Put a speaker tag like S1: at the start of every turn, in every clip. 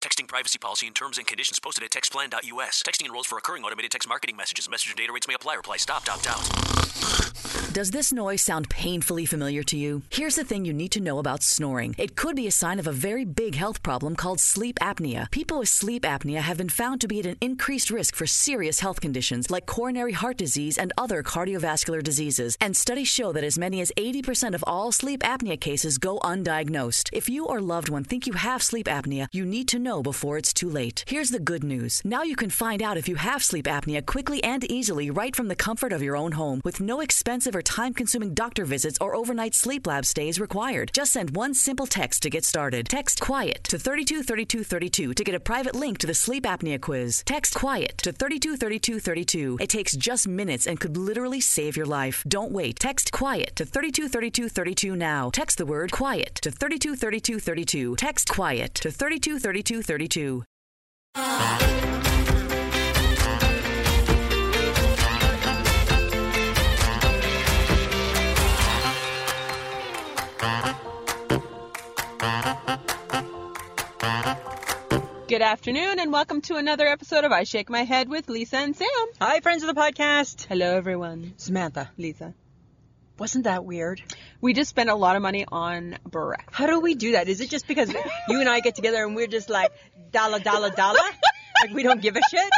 S1: texting privacy policy and terms and conditions posted at textplan.us. Texting enrolls for recurring automated text marketing messages. Message and data rates may apply. Reply stop, opt out.
S2: Does this noise sound painfully familiar to you? Here's the thing you need to know about snoring. It could be a sign of a very big health problem called sleep apnea. People with sleep apnea have been found to be at an increased risk for serious health conditions like coronary heart disease and other cardiovascular diseases. And studies show that as many as 80% of all sleep apnea cases go undiagnosed. If you or loved one think you have sleep apnea, you need to know before it's too late. Here's the good news. Now you can find out if you have sleep apnea quickly and easily right from the comfort of your own home with no expensive or time consuming doctor visits or overnight sleep lab stays required. Just send one simple text to get started. Text QUIET to 323232 to get a private link to the sleep apnea quiz. Text QUIET to 323232. It takes just minutes and could literally save your life. Don't wait. Text QUIET to 323232 now. Text the word QUIET to 323232. Text QUIET to 323232.
S3: Good afternoon, and welcome to another episode of I Shake My Head with Lisa and Sam.
S4: Hi, friends of the podcast.
S3: Hello, everyone.
S4: Samantha,
S3: Lisa.
S4: wasn't that weird?
S3: We just spent a lot of money on breakfast.
S4: How do we do that? Is it just because you and I get together and we're just like dollar, dollar, dollar? like we don't give a shit?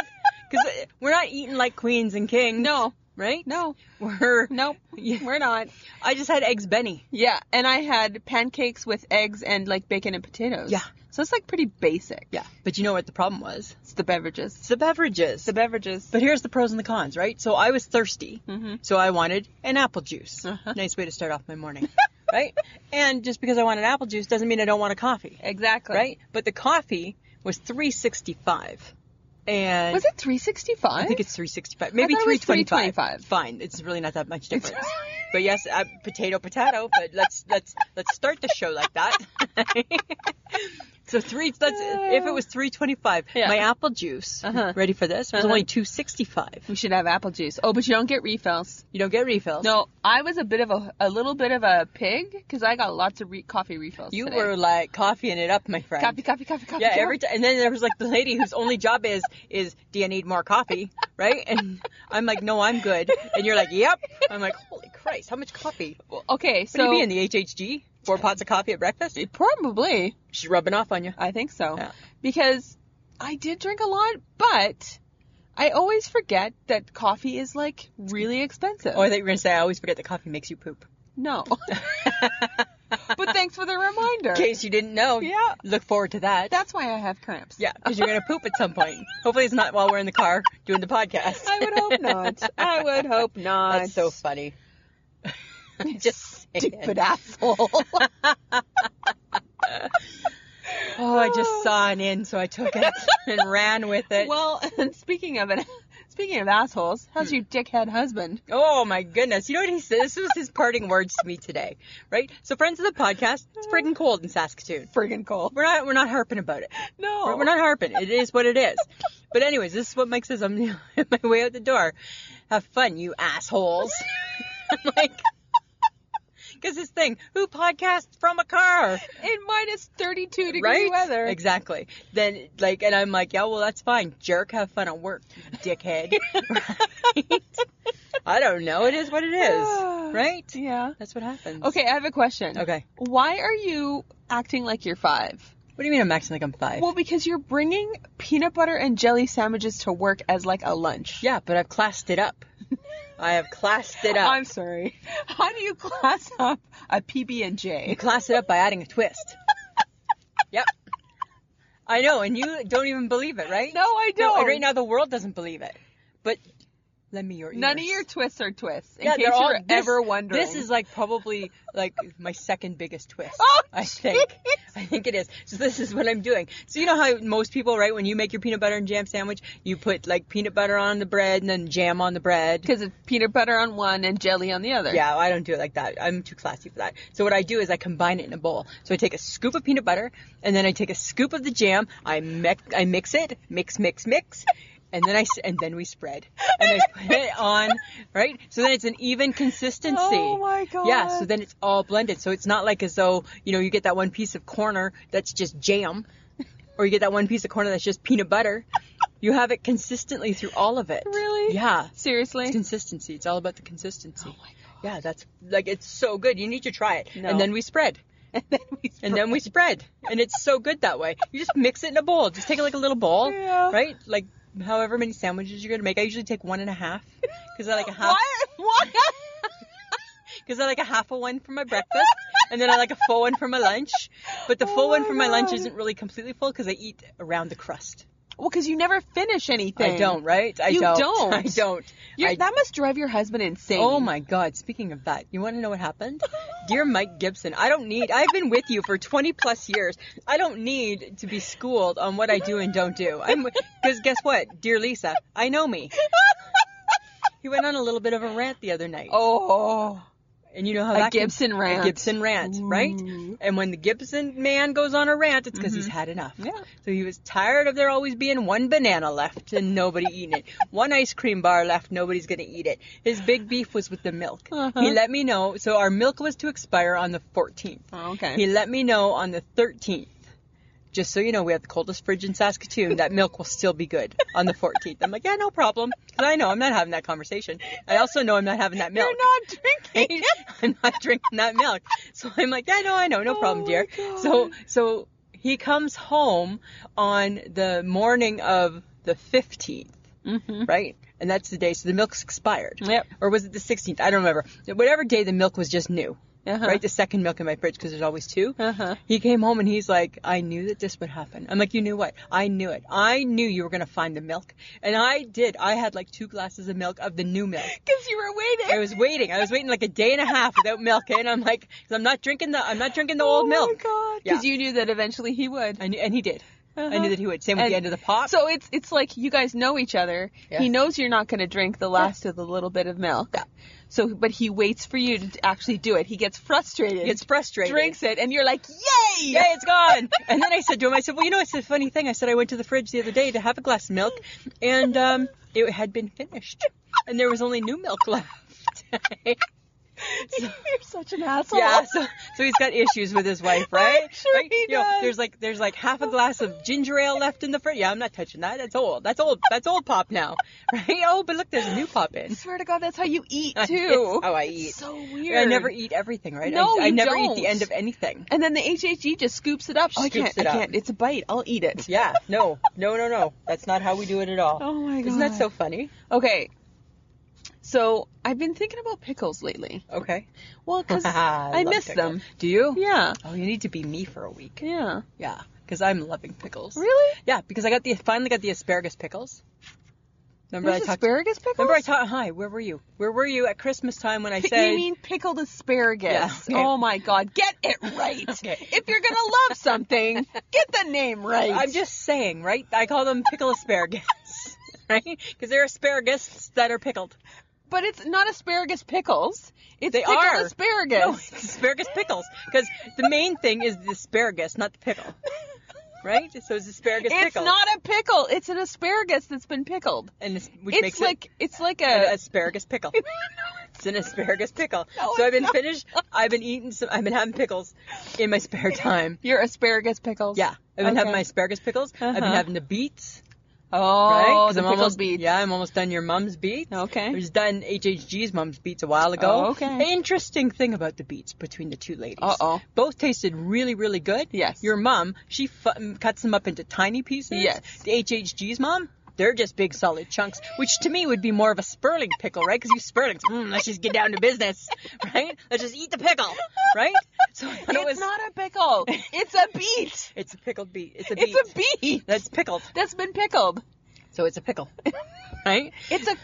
S4: Because we're not eating like queens and kings.
S3: No,
S4: Right?
S3: no,
S4: We're.
S3: nope,
S4: Yeah.
S3: we're not.
S4: I just had eggs Benny.
S3: Yeah, and I had pancakes with eggs and like bacon and potatoes.
S4: Yeah.
S3: So it's like pretty basic.
S4: But you know what the problem was?
S3: It's the beverages.
S4: It's the beverages.
S3: The beverages.
S4: but here's the pros and the cons, right? So I was thirsty. So I wanted an apple juice. Nice way to start off my morning. right? And just because I wanted apple juice doesn't mean I don't want a coffee.
S3: Exactly.
S4: right? But the coffee was 365. And
S3: Was it 365?
S4: I think it's 365. Maybe
S3: thought it was
S4: 325.
S3: 325.
S4: Fine, it's really not that much difference. but yes, uh, potato potato, but let's let's let's start the show like that. so three let's if it was 325,
S3: Yeah. Uh-huh.
S4: my apple juice, ready for this, was only 265.
S3: We should have apple juice. Oh, but you don't get refills.
S4: You don't get refills.
S3: No, I was a bit of a, a little bit of a pig because I got lots of re- coffee refills.
S4: You
S3: today.
S4: were like coffeeing it up, my friend.
S3: Copy, copy, copy, copy.
S4: Yeah,
S3: copy.
S4: every time. And then there was like the lady whose only job is is do you need more coffee, right? And I'm like, no, I'm good. And you're like, yep. I'm like, holy Christ, how much coffee? What
S3: Okay,
S4: do you
S3: so
S4: be in the HHG? Four pots of coffee at breakfast?
S3: probably
S4: She's rubbing off on you.
S3: I think so
S4: Yeah.
S3: because I did drink a lot, but I always forget that coffee is like really expensive.
S4: Oh, I thought you were gonna say I always forget that coffee makes you poop.
S3: no, but thanks for the reminder.
S4: In case you didn't know,
S3: Yeah.
S4: Look forward to that.
S3: That's why I have cramps.
S4: yeah, because you're gonna poop at some point. Hopefully, it's not while we're in the car doing the podcast. Oh,
S3: I would hope not. I would hope not.
S4: That's so funny. Just
S3: stupid
S4: saying.
S3: asshole.
S4: Oh, I just saw an in, so I took it and ran with it.
S3: well, and speaking of it, speaking of assholes, how's your dickhead husband?
S4: Oh my goodness. You know what he said? This was his parting words to me today, right? So friends of the podcast, it's friggin' cold in Saskatoon.
S3: Friggin' cold.
S4: We're not we're not harping about it.
S3: No,
S4: We're, we're not harping. It is what it is. But anyways, this is what Mike says. I'm on my way out the door. Have fun, you assholes. I'm like, because this thing, who podcasts from a car?
S3: in minus 32 degree
S4: right?
S3: weather.
S4: Exactly. Then like, and I'm like, yeah, well, that's fine. Jerk, have fun at work, you dickhead. Right? I don't know. It is what it is, right?
S3: Yeah.
S4: That's what happens.
S3: Okay, I have a question.
S4: Okay.
S3: Why are you acting like you're five?
S4: What do you mean I'm acting like I'm five?
S3: Well, because you're bringing peanut butter and jelly sandwiches to work as like a lunch.
S4: yeah, but I've classed it up. I have classed it up.
S3: I'm sorry. How do you class up a PB and
S4: You
S3: J?
S4: class it up by adding a twist. yep. I know, and you don't even believe it, right?
S3: No, I
S4: No,
S3: don't.
S4: and right now the world doesn't believe it. But lend me your ears.
S3: None of your twists are twists. In
S4: yeah,
S3: case
S4: they're all,
S3: you're
S4: this-
S3: ever wondering.
S4: This is like probably like my second biggest twist.
S3: Oh,
S4: I think. I think it is. So this is what I'm doing. So you know how most people, right, when you make your peanut butter and jam sandwich, you put like peanut butter on the bread and then jam on the bread.
S3: because it's peanut butter on one and jelly on the other.
S4: Yeah, I don't do it like that. I'm too classy for that. So what I do is I combine it in a bowl. So I take a scoop of peanut butter, and then I take a scoop of the jam. I mix, I mix it, mix, mix, mix, and then I s- and then we spread. And I put it on, right? So then it's an even consistency.
S3: Oh my god.
S4: Yeah, so then it's all blended. So it's not like as though you know you get that one piece of corner that's just jam. or you get that one piece of corn that's just peanut butter. you have it consistently through all of it.
S3: Really?
S4: Yeah.
S3: Seriously? Oh
S4: It's consistency. It's all about the consistency. Yeah, that's like it's so good. You need to try it.
S3: No.
S4: And then we spread. And then we spread. And it's so good that way. You just mix it in a bowl. Just take like a little bowl,
S3: Yeah.
S4: right? Like however many sandwiches you're gonna make. I usually take one and a half because I like a half
S3: What? What?
S4: because I like a half a one for my breakfast, and then I like a full one for my lunch. But the full
S3: Oh
S4: one
S3: my
S4: for my lunch
S3: God.
S4: isn't really completely full because I eat around the crust.
S3: well, because you never finish anything.
S4: I don't, right? I
S3: You
S4: don't.
S3: don't.
S4: I don't.
S3: You're-
S4: I-
S3: that must drive your husband insane.
S4: Oh my God! Speaking of that, you want to know what happened? Dear Mike Gibson, I don't need. I've been with you for 20 plus years. I don't need to be schooled on what I do and don't do. I'm because guess what, dear Lisa, I know me. He went on a little bit of a rant the other night.
S3: Oh.
S4: And you know how
S3: A
S4: that can-
S3: Gibson rant.
S4: A Gibson rant, right? And when the Gibson man goes on a rant, it's because he's had enough.
S3: Mm-hmm. Yeah.
S4: So he was tired of there always being one banana left and nobody eating it, one ice cream bar left, nobody's gonna eat it. His big beef was with the milk.
S3: Uh-huh.
S4: He let me know. So our milk was to expire on the 14th.
S3: Oh, okay.
S4: He let me know on the 13th. Just so you know, we have the coldest fridge in Saskatoon. That milk will still be good on the 14th. I'm like, yeah, no problem. 'Cause I know I'm not having that conversation. I also know I'm not having that milk.
S3: You're not drinking.
S4: I'm not drinking that milk. So I'm like, yeah, no, I know, no problem,
S3: Oh my
S4: dear.
S3: God.
S4: So so he comes home on the morning of the 15th, right? And that's the day. So the milk's expired.
S3: Mm-hmm. Yep.
S4: Or was it the 16th? I don't remember. Whatever day the milk was just new.
S3: Uh-huh.
S4: Right, the second milk in my fridge because there's always 2 He came home and he's like, "I knew that this would happen." I'm like, "You knew what? I knew it. I knew you were gonna find the milk, and I did. I had like two glasses of milk of the new milk.
S3: Because you were waiting.
S4: I was waiting. I was waiting like a day and a half without milk, and I'm like, i I'm not drinking the, I'm not drinking the old
S3: Oh my
S4: milk.
S3: god.
S4: Yeah.
S3: Because you knew that eventually he would.
S4: I knew, and he did. I
S3: Uh-huh.
S4: knew that he would. Same with
S3: And
S4: the end of the pop.
S3: So it's it's like you guys know each other.
S4: Yeah.
S3: He knows you're not going to drink the last of the little bit of milk. So, but he waits for you to actually do it. He gets frustrated.
S4: he gets frustrated.
S3: Drinks it, and you're like, yay!
S4: Yay, it's gone. And then I said to him, I said, well, you know, it's a funny thing. I said I went to the fridge the other day to have a glass of milk, and um, it had been finished, and there was only new milk left.
S3: You're such an asshole.
S4: Yeah, so, so he's got issues with his wife, right?
S3: I'm sure
S4: right?
S3: he
S4: you know,
S3: does.
S4: there's like there's like half a glass of ginger ale left in the fridge. Yeah, I'm not touching that. That's old. That's old. That's old pop now, right? Oh, but look, there's a new pop in.
S3: I swear to God, that's how you eat
S4: It's
S3: too.
S4: how I
S3: It's
S4: eat.
S3: so weird.
S4: I never eat everything, right?
S3: No,
S4: I, I
S3: you
S4: never eat
S3: don't.
S4: the end of anything.
S3: And then the HHG just scoops it up. oh, I
S4: Scoops
S3: can't.
S4: it
S3: I
S4: up.
S3: can't. It's a bite. I'll eat it.
S4: Yeah, no, no, no, no. That's not how we do it at all.
S3: Oh my
S4: Isn't that
S3: God.
S4: so funny?
S3: Okay. So I've been thinking about pickles lately.
S4: Okay.
S3: Well, because I,
S4: love
S3: miss
S4: pickles.
S3: them.
S4: Do you?
S3: Yeah.
S4: Oh, you need to be me for a week.
S3: Yeah.
S4: Yeah, because I'm loving pickles.
S3: Really?
S4: Yeah, because I got the finally got the asparagus pickles. Remember
S3: There's
S4: I talked
S3: asparagus pickles?
S4: Remember I taught hi, where were you? Where were you at Christmas time when I said
S3: you mean pickled asparagus?
S4: Yeah, okay.
S3: Oh my God, get it right!
S4: Okay.
S3: If you're gonna love something, get the name right.
S4: I'm just saying, right? I call them pickle asparagus. right? Because they're asparagus that are pickled.
S3: but it's not asparagus pickles. It's
S4: They
S3: pickled
S4: are.
S3: asparagus.
S4: No, it's asparagus pickles. Because the main thing is the asparagus, not the pickle. Right? So it's asparagus
S3: it's
S4: pickle.
S3: not a pickle. It's an asparagus that's been pickled.
S4: and it's, which
S3: it's
S4: makes
S3: like it's like
S4: it
S3: a.
S4: an asparagus pickle. It's an asparagus pickle.
S3: No,
S4: so I've
S3: it's
S4: been
S3: not.
S4: finished. I've been eating some. I've been having pickles in my spare time.
S3: your asparagus pickles.
S4: Yeah, I've been having
S3: Okay.
S4: my asparagus pickles. I've been
S3: Uh-huh.
S4: having the beets. Right?
S3: Oh,
S4: 'Cause
S3: the
S4: I'm
S3: pickled
S4: almost,
S3: beets.
S4: Yeah, I'm almost done your mom's beets.
S3: Okay.
S4: I was done HHG's mom's beets a while ago.
S3: Oh, okay.
S4: Interesting thing about the beets between the two ladies.
S3: Uh-oh.
S4: Both tasted really, really good.
S3: Yes.
S4: Your mom, she fu- cuts them up into tiny pieces.
S3: Yes.
S4: The HHG's mom, they're just big solid chunks, which to me would be more of a Sperling pickle, right? Because you Sperlings, mm, let's just get down to business, right? Let's just eat the pickle, right? So I thought
S3: It's
S4: it was,
S3: not a pickle. It's a beet.
S4: It's a pickled beet. It's a beet.
S3: It's a beet
S4: That's pickled.
S3: that's been pickled.
S4: So it's a pickle, right?
S3: It's a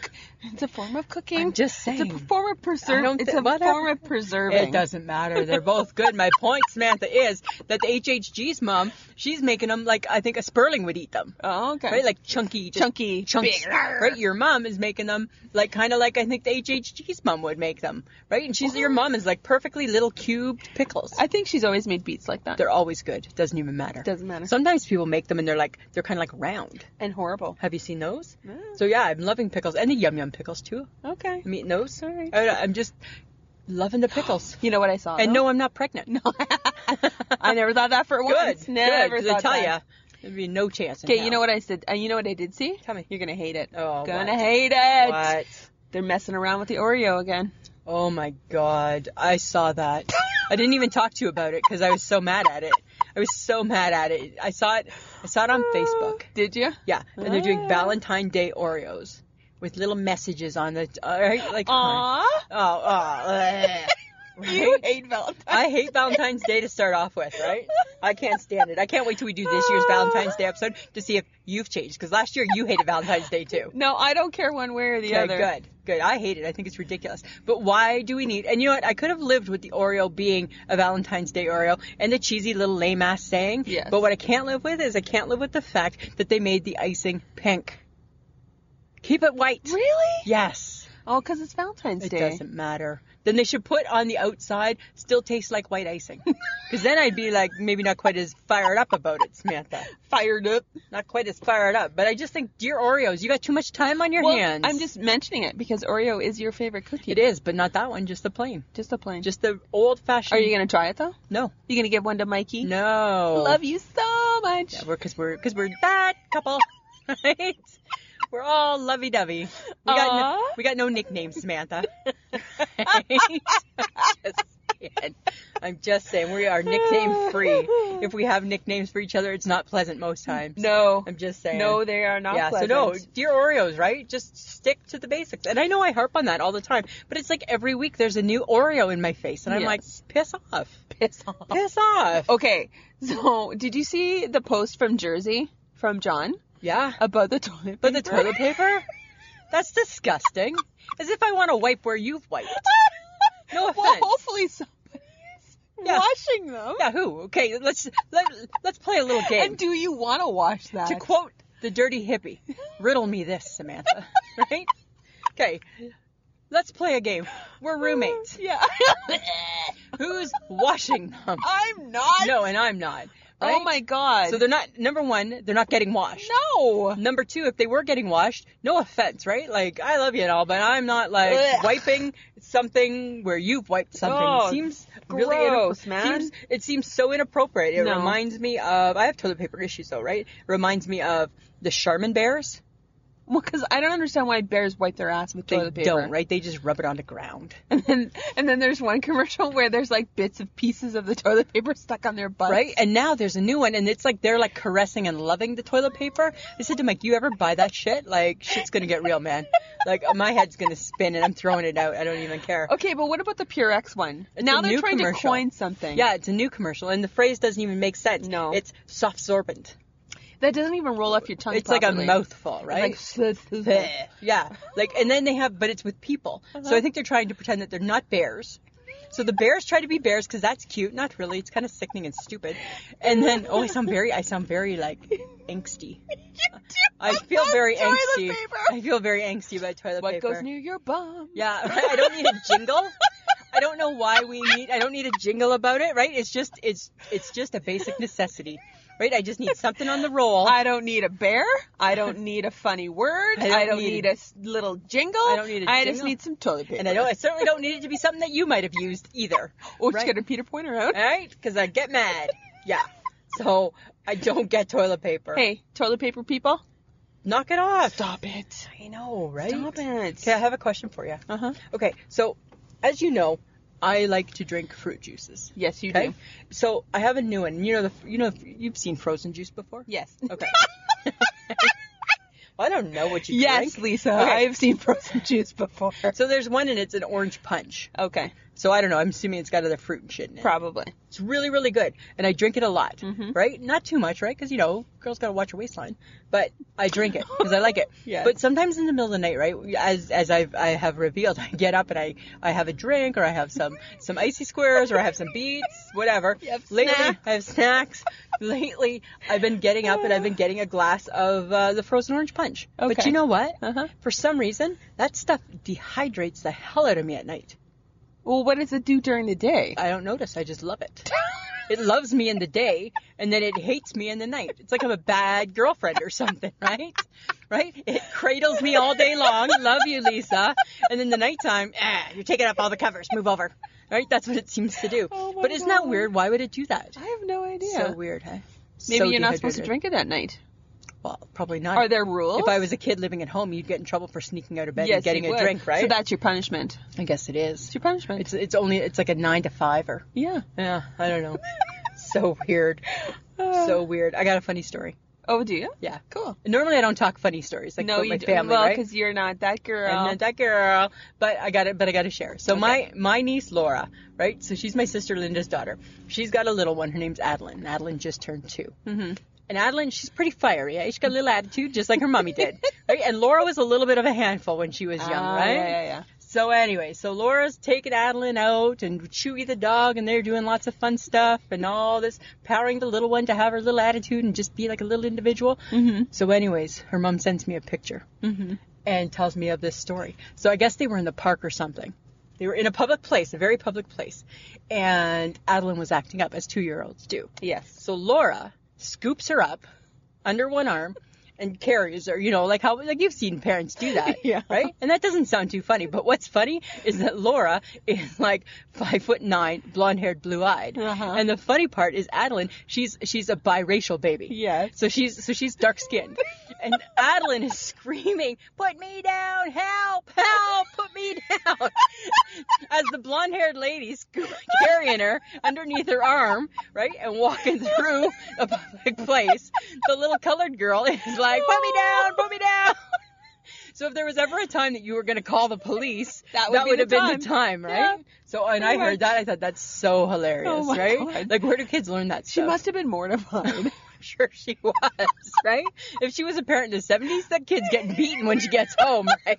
S3: it's a form of cooking.
S4: I'm just
S3: It's a
S4: saying.
S3: form of
S4: I
S3: preserving.
S4: don't
S3: It's
S4: thi-
S3: a
S4: whatever.
S3: form of preserving.
S4: It doesn't matter. They're both good. My point, Samantha, is that the HHG's mom, she's making them like I think a Sperling would eat them.
S3: Oh, okay.
S4: Right, like chunky, just
S3: Chunky,
S4: chunks.
S3: big.
S4: Right, your mom is making them like kind of like I think the HHG's mom would make them. Right, and she's your mom is like perfectly little cubed pickles.
S3: I think she's always made beats like that.
S4: they're always good. Doesn't even matter.
S3: Doesn't matter.
S4: Sometimes people make them and they're like they're kind of like round.
S3: and horrible.
S4: Have you seen those? So yeah, I'm loving pickles and the yum yum pickles too.
S3: Okay.
S4: I'm eating those.
S3: Alright.
S4: I, Oh, I'm just loving the pickles.
S3: You know what I saw?
S4: And
S3: though?
S4: no, I'm not pregnant. No.
S3: I never thought that for
S4: Good.
S3: once. Never
S4: good, 'cause
S3: thought
S4: I tell
S3: that.
S4: you, There'd be no chance. in
S3: Okay,
S4: hell.
S3: you know what I said? Uh, you know what I did see?
S4: Tell me.
S3: You're gonna hate it.
S4: Oh,
S3: gonna
S4: what?
S3: hate it.
S4: What?
S3: They're messing around with the Oreo again.
S4: Oh my god, I saw that. I didn't even talk to you about it because I was so mad at it. I was so mad at it. I saw it. I saw it on Facebook.
S3: Did you?
S4: Yeah, and they're doing Valentine Day Oreos with little messages on the. All right, like.
S3: Aw.
S4: Oh, oh. eh.
S3: You
S4: Right?
S3: hate Valentine's.
S4: I hate Valentine's Day to start off with, right? I can't stand it. I can't wait till we do this year's Valentine's Day episode to see if you've changed because last year you hated Valentine's Day too.
S3: No, I don't care one way or the
S4: Okay,
S3: other.
S4: good, good. I hate it. I think it's ridiculous. But why do we need? And you know what? I could have lived with the Oreo being a Valentine's Day Oreo and the cheesy little lame ass saying.
S3: Yes.
S4: But what I can't live with is I can't live with the fact that they made the icing pink. Keep it white.
S3: Really?
S4: Yes.
S3: Oh, 'cause it's Valentine's
S4: It
S3: Day.
S4: doesn't matter. Then they should put on the outside still tastes like white icing. Because then I'd be like maybe not quite as fired up about it, Samantha.
S3: Fired up.
S4: Not quite as fired up. But I just think, dear Oreos, you got too much time on your
S3: Well,
S4: hands.
S3: I'm just mentioning it because Oreo is your favorite cookie.
S4: It is, but not that one. Just the plain.
S3: Just a plain.
S4: Just the old fashioned.
S3: Are you gonna try it though?
S4: No.
S3: You gonna give one to Mikey?
S4: No.
S3: Love you so much.
S4: Yeah, we're because we're because we're that couple, right? We're all lovey-dovey. We got no,
S3: Aw.
S4: we got no nicknames, Samantha. Right? Just kidding. I'm just saying we are nickname free. If we have nicknames for each other, it's not pleasant most times.
S3: no.
S4: I'm just saying.
S3: No, they are not
S4: yeah,
S3: pleasant.
S4: so no, dear Oreos, right? Just stick to the basics. And I know I harp on that all the time, but it's like every week there's a new Oreo in my face, and I'm
S3: Yes. Oh.
S4: like, piss off,
S3: Piss off.
S4: piss off.
S3: Okay, so did you see the post from Jersey from John
S4: Yeah,
S3: about the toilet?
S4: but the toilet paper, that's disgusting. As if I want to wipe where you've wiped. No offense.
S3: well, hopefully somebody's
S4: Yeah.
S3: washing them.
S4: yeah, who? Okay, let's let, let's play a little game.
S3: And do you want to wash that?
S4: to quote the dirty hippie, riddle me this, Samantha. right? Okay, let's play a game. We're roommates.
S3: Yeah.
S4: Who's washing them?
S3: I'm not.
S4: No, and I'm not.
S3: Oh
S4: right?
S3: my god.
S4: So they're not number one. They're not getting washed.
S3: no.
S4: Number two, if they were getting washed, no offense, right? Like I love you and all, but I'm not like
S3: Ugh.
S4: wiping something where you've wiped something.
S3: Oh,
S4: it seems really
S3: gross,
S4: inappro-
S3: man.
S4: Seems, it seems so inappropriate. It
S3: No.
S4: reminds me of I have toilet paper issues though, right? It reminds me of the Charmin bears.
S3: Well, because I don't understand why bears wipe their ass with
S4: They
S3: toilet paper.
S4: don't, right? They just rub it on the ground.
S3: And, and then there's one commercial where there's like bits of pieces of the toilet paper stuck on their butt.
S4: Right? And now there's a new one and it's like they're like caressing and loving the toilet paper. I said to Mike, You ever buy that shit? Like shit's gonna get real, man. Like my head's gonna spin and I'm throwing it out. I don't even care.
S3: Okay, but what about the Purex one?
S4: It's
S3: now
S4: a
S3: they're
S4: new
S3: trying to
S4: commercial.
S3: coin something.
S4: Yeah, it's a new commercial and the phrase doesn't even make sense.
S3: No.
S4: It's soft sorbent.
S3: That doesn't even roll off your tongue.
S4: It's like a
S3: properly.
S4: mouthful, right?
S3: It's like,
S4: Bleh. yeah. Like and then they have but it's with people.
S3: Uh-huh.
S4: So I think they're trying to pretend that they're not bears. So the bears try to be bears because that's cute. Not really. It's kind of sickening and stupid. And then oh, I sound very I sound very like angsty. I feel very
S3: Toilet
S4: angsty.
S3: paper.
S4: I feel very angsty about toilet
S3: what
S4: paper.
S3: goes near your bum?
S4: Yeah, right? I don't need a jingle. I don't know why we need. I don't need a jingle about it, right? It's just it's it's just a basic necessity, right? I just need something on the roll.
S3: I don't need a bear. I don't need a funny word. I
S4: I
S3: don't,
S4: don't
S3: need,
S4: need-
S3: a s- little jingle.
S4: I don't need a
S3: I just
S4: jingle.
S3: need some toilet paper.
S4: and I don't. I certainly don't need it to be something that you might have used either.
S3: Oh, she's
S4: right?
S3: got a Peter Pointer out.
S4: All right, because I get mad. Yeah. So I don't get toilet paper.
S3: Hey, toilet paper people,
S4: knock it off.
S3: stop it.
S4: I know, right?
S3: Stop it.
S4: Okay, I have a question for you.
S3: Uh huh.
S4: Okay, so as you know, I like to drink fruit juices.
S3: Yes, you
S4: Okay.
S3: do.
S4: So I have a new one. You know the you know you've seen frozen juice before.
S3: Yes.
S4: Okay. well, I don't know what you
S3: Yes,
S4: drink.
S3: Lisa.
S4: Okay.
S3: I've seen frozen juice before.
S4: So there's one and it's an orange punch.
S3: Okay,
S4: So I don't know. I'm assuming it's got other fruit and shit in it.
S3: probably.
S4: It's really really good, and I drink it a lot.
S3: Mm-hmm.
S4: Right? Not too much, right? Because you know, girls gotta watch your waistline. But I drink it because I like it.
S3: Yes.
S4: But sometimes in the middle of the night, right? As as I've I have revealed, I get up and I I have a drink or I have some some icy squares or I have some beets, whatever.
S3: You have
S4: Lately,
S3: snacks.
S4: I have snacks. Lately, I've been getting up and I've been getting a glass of uh, the frozen orange punch. But
S3: Okay.
S4: you know what?
S3: Uh-huh.
S4: For some reason, that stuff dehydrates the hell out of me at night.
S3: Well, what does it do during the day?
S4: I don't notice. I just love it. It loves me in the day and then it hates me in the night. It's like I'm a bad girlfriend or something, right? Right? It cradles me all day long. Love you, Lisa. And then the nighttime, ah, you're taking up all the covers. Move over. Right? That's what it seems to do.
S3: Oh my
S4: but isn't
S3: God.
S4: that weird? Why would it do that?
S3: I have no idea.
S4: So weird, huh? So
S5: Maybe you're not supposed to
S4: dehydrated.
S5: drink it that night.
S4: Well, probably not.
S5: Are there rules?
S4: If I was a kid living at home, you'd get in trouble for sneaking out of bed
S5: yes,
S4: and getting
S5: you
S4: a
S5: would.
S4: drink, right?
S5: So that's your punishment.
S4: I guess it is.
S5: It's your punishment.
S4: It's it's only it's like a nine to fiver.
S5: yeah.
S4: Yeah, I don't know. so weird. So weird. I got a funny story.
S5: Oh, do you?
S4: Yeah.
S5: Uh. Cool.
S4: Normally I don't talk funny stories like
S5: no,
S4: about
S5: you
S4: my
S5: d-
S4: family,
S5: well,
S4: right?
S5: because you're not that girl.
S4: I'm not that girl, but I got it. But I got to share. So my my niece Laura, right? So she's my sister Linda's daughter. She's got a little one. Her name's Adeline. Adeline just turned 2 Mm-hmm. And Adeline, she's pretty fiery. eh? She's got a little attitude, just like her mommy did. Right? And Laura was a little bit of a handful when she was young,
S5: Ah,
S4: right?
S5: yeah, yeah, yeah.
S4: So anyway, so Laura's taking Adeline out and Chewy the dog, and they're doing lots of fun stuff and all this, powering the little one to have her little attitude and just be like a little individual. Mm-hmm. So, anyways, her mom sends me a picture
S5: Mm-hmm.
S4: and tells me of this story. So I guess they were in the park or something. They were in a public place, a very public place, and Adeline was acting up as two-year-olds do.
S5: Yes.
S4: So Laura scoops her up under one arm and carries her, you know, like how like you've seen parents do that,
S5: Yeah.
S4: right? And that doesn't sound too funny, but what's funny is that Laura is like five foot nine, blonde-haired, blue-eyed,
S5: Uh-huh.
S4: and the funny part is Adeline, she's she's a biracial baby,
S5: Yes.
S4: So she's so she's dark-skinned, and Adeline is screaming, "Put me down! Help! Help! Put me down!" as the blonde haired lady scoop- carrying her underneath her arm, right, and walking through a public place, the little colored girl is like, put me down, put me down. So if there was ever a time that you were going to call the police,
S5: That would be
S4: have
S5: the
S4: been the time, right?
S5: Yeah.
S4: So and I
S5: Pretty
S4: heard
S5: much.
S4: that, I thought that's so hilarious,
S5: Oh my
S4: right?
S5: God.
S4: Like where do kids learn that
S5: She
S4: stuff?
S5: must have been mortified.
S4: I'm sure she was, right? If she was a parent in the 70s, that kid's getting beaten when she gets home, right?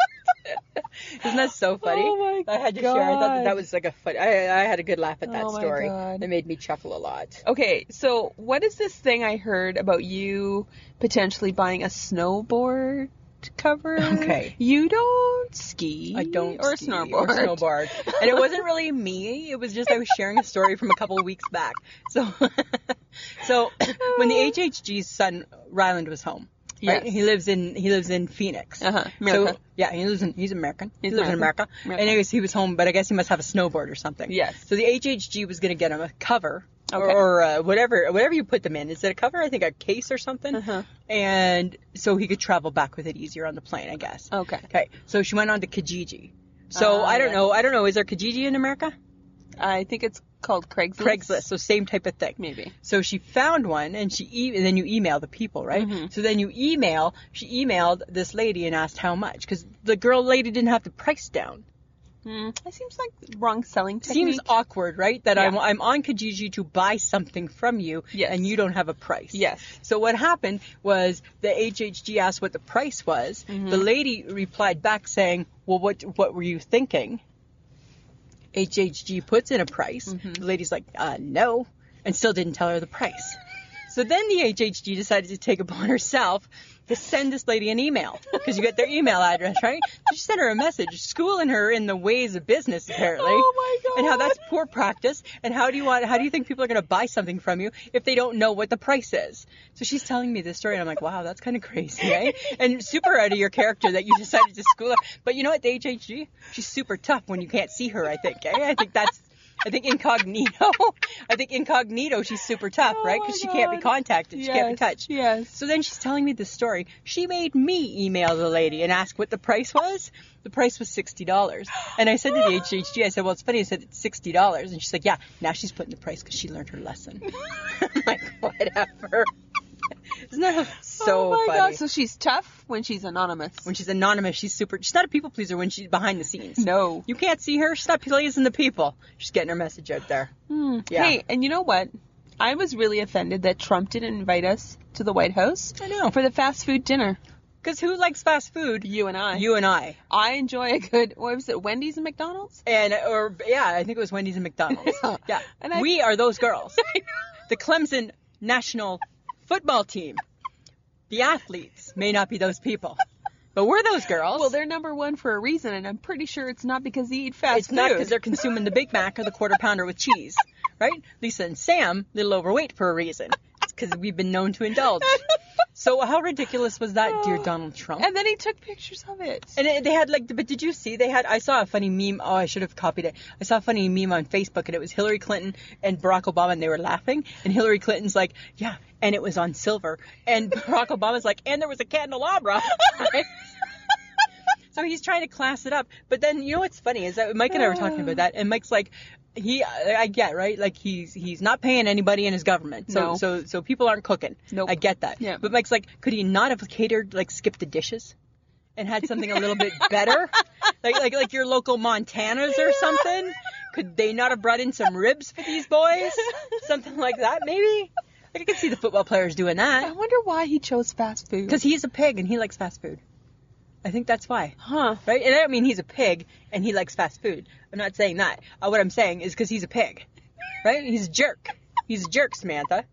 S4: Isn't that so funny?
S5: Oh my
S4: I had to share. I thought that, that
S5: God.
S4: was like a fun. I, I had a good laugh at that
S5: Oh my
S4: story.
S5: God.
S4: It made me chuckle a lot.
S5: okay, so what is this thing I heard about you potentially buying a snowboard cover?
S4: Okay.
S5: You don't ski.
S4: I don't
S5: or
S4: ski
S5: snowboard.
S4: or snowboard, and it wasn't really me. It was just I was sharing a story from a couple of weeks back. So, so when the HHG's son Ryland was home, right?
S5: Yes.
S4: He lives in he lives in Phoenix.
S5: Uh-huh.
S4: So
S5: America.
S4: yeah, he lives in he's American.
S5: He's
S4: he lives in
S5: American.
S4: America.
S5: America.
S4: Anyways, he was home, but I guess he must have a snowboard or something.
S5: Yes.
S4: So the HHG was gonna get him a cover. Or,
S5: Okay.
S4: or uh, whatever, whatever you put them in. Is it a cover? I think a case or something.
S5: Uh-huh.
S4: And so he could travel back with it easier on the plane, I guess.
S5: Okay.
S4: Okay, so she went on to Kijiji. So
S5: Ah,
S4: I don't
S5: yes.
S4: know. I don't know. Is there Kijiji in America?
S5: I think it's called Craigslist.
S4: Craigslist. So same type of thing.
S5: Maybe.
S4: So she found one, and she e- and then you email the people, right?
S5: Mm-hmm.
S4: So then you email. She emailed this lady and asked how much because the girl lady didn't have the price down.
S5: Mm, that seems like wrong selling technique.
S4: Seems awkward, right? That I'm,
S5: Yeah.
S4: I'm on Kijiji to buy something from you,
S5: Yes.
S4: and you don't have a price.
S5: Yes.
S4: So what happened was the HHG asked what the price was.
S5: Mm-hmm.
S4: The lady replied back saying, "Well, what what were you thinking?" HHG puts in a price.
S5: Mm-hmm.
S4: The lady's like, uh, "No," and still didn't tell her the price. So then the HHG decided to take upon herself to send this lady an email because you get their email address, right? So she sent her a message, schooling her in the ways of business apparently,
S5: Oh my
S4: and how
S5: God.
S4: that's poor practice. And how do you want? How do you think people are going to buy something from you if they don't know what the price is? So she's telling me this story, and I'm like, wow, that's kind of crazy, right? And super out of your character that you decided to school her. But you know what, the HHG, she's super tough when you can't see her. I think, eh? I think that's. I think incognito. I think incognito. She's super tough,
S5: Oh
S4: right?
S5: my
S4: Because she can't be
S5: God.
S4: contacted. She can't be
S5: Yes,
S4: touched.
S5: yes.
S4: So then she's telling me this story. She made me email the lady and ask what the price was. The price was sixty dollars, and I said to the HHG, I said, "Well, it's funny." I said it's sixty dollars, and she's like, "Yeah." Now she's putting the price because she learned her lesson. I'm like whatever. Isn't that so
S5: oh my
S4: funny?
S5: god, so she's tough when she's anonymous.
S4: when she's anonymous, she's super. She's not a people pleaser when she's behind the scenes.
S5: No.
S4: you can't see her. She's not pleasing the people. She's getting her message out there. Yeah.
S5: Hmm. Hey, and you know what? I was really offended that Trump didn't invite us to the White House.
S4: I know.
S5: For the fast food dinner.
S4: Because who likes fast food?
S5: You and I.
S4: You and I.
S5: I enjoy a good, what was it, Wendy's and McDonald's?
S4: And or yeah, I think it was Wendy's and McDonald's.
S5: Yeah.
S4: Yeah.
S5: And I-
S4: we are those girls. The Clemson national football team. The athletes may not be those people. But we're those girls.
S5: Well, they're number one for a reason, and I'm pretty sure it's not because they eat fast
S4: it's
S5: food.
S4: not because they're consuming the Big Mac or the quarter pounder with cheese. Right? Lisa and Sam, little overweight for a reason. It's because we've been known to indulge. So how ridiculous was that, dear Donald Trump?
S3: And then he took pictures of it.
S4: And it- they had like, but did you see? They had. I saw a funny meme. Oh, I should have copied it. I saw a funny meme on Facebook, and it was Hillary Clinton and Barack Obama, and they were laughing. And Hillary Clinton's like, "Yeah," and it was on silver. And Barack Obama's like, "And there was a candelabra." so he's trying to class it up. But then you know what's funny is that Mike and I were talking
S3: Uh.
S4: about that, and Mike's like. He, I I get right. Like he's he's not paying anybody in his government, so
S3: No.
S4: so so people aren't cooking.
S3: Nope.
S4: I get that.
S3: Yeah.
S4: But Mike's like, could he not have catered like skip the dishes? and had something a little bit better, like like like your local Montanas or something. Could they not have brought in some ribs for these boys? Something like that, maybe. Like I could see the football players doing
S3: I
S4: that
S3: wonder why he chose fast food.
S4: because he's a pig and he likes fast food. I think that's why,
S3: huh?
S4: right? And I don't mean he's a pig and he likes fast food. I'm not saying that. Uh, what I'm saying is because he's a pig, right? He's a jerk. He's a jerk, Samantha.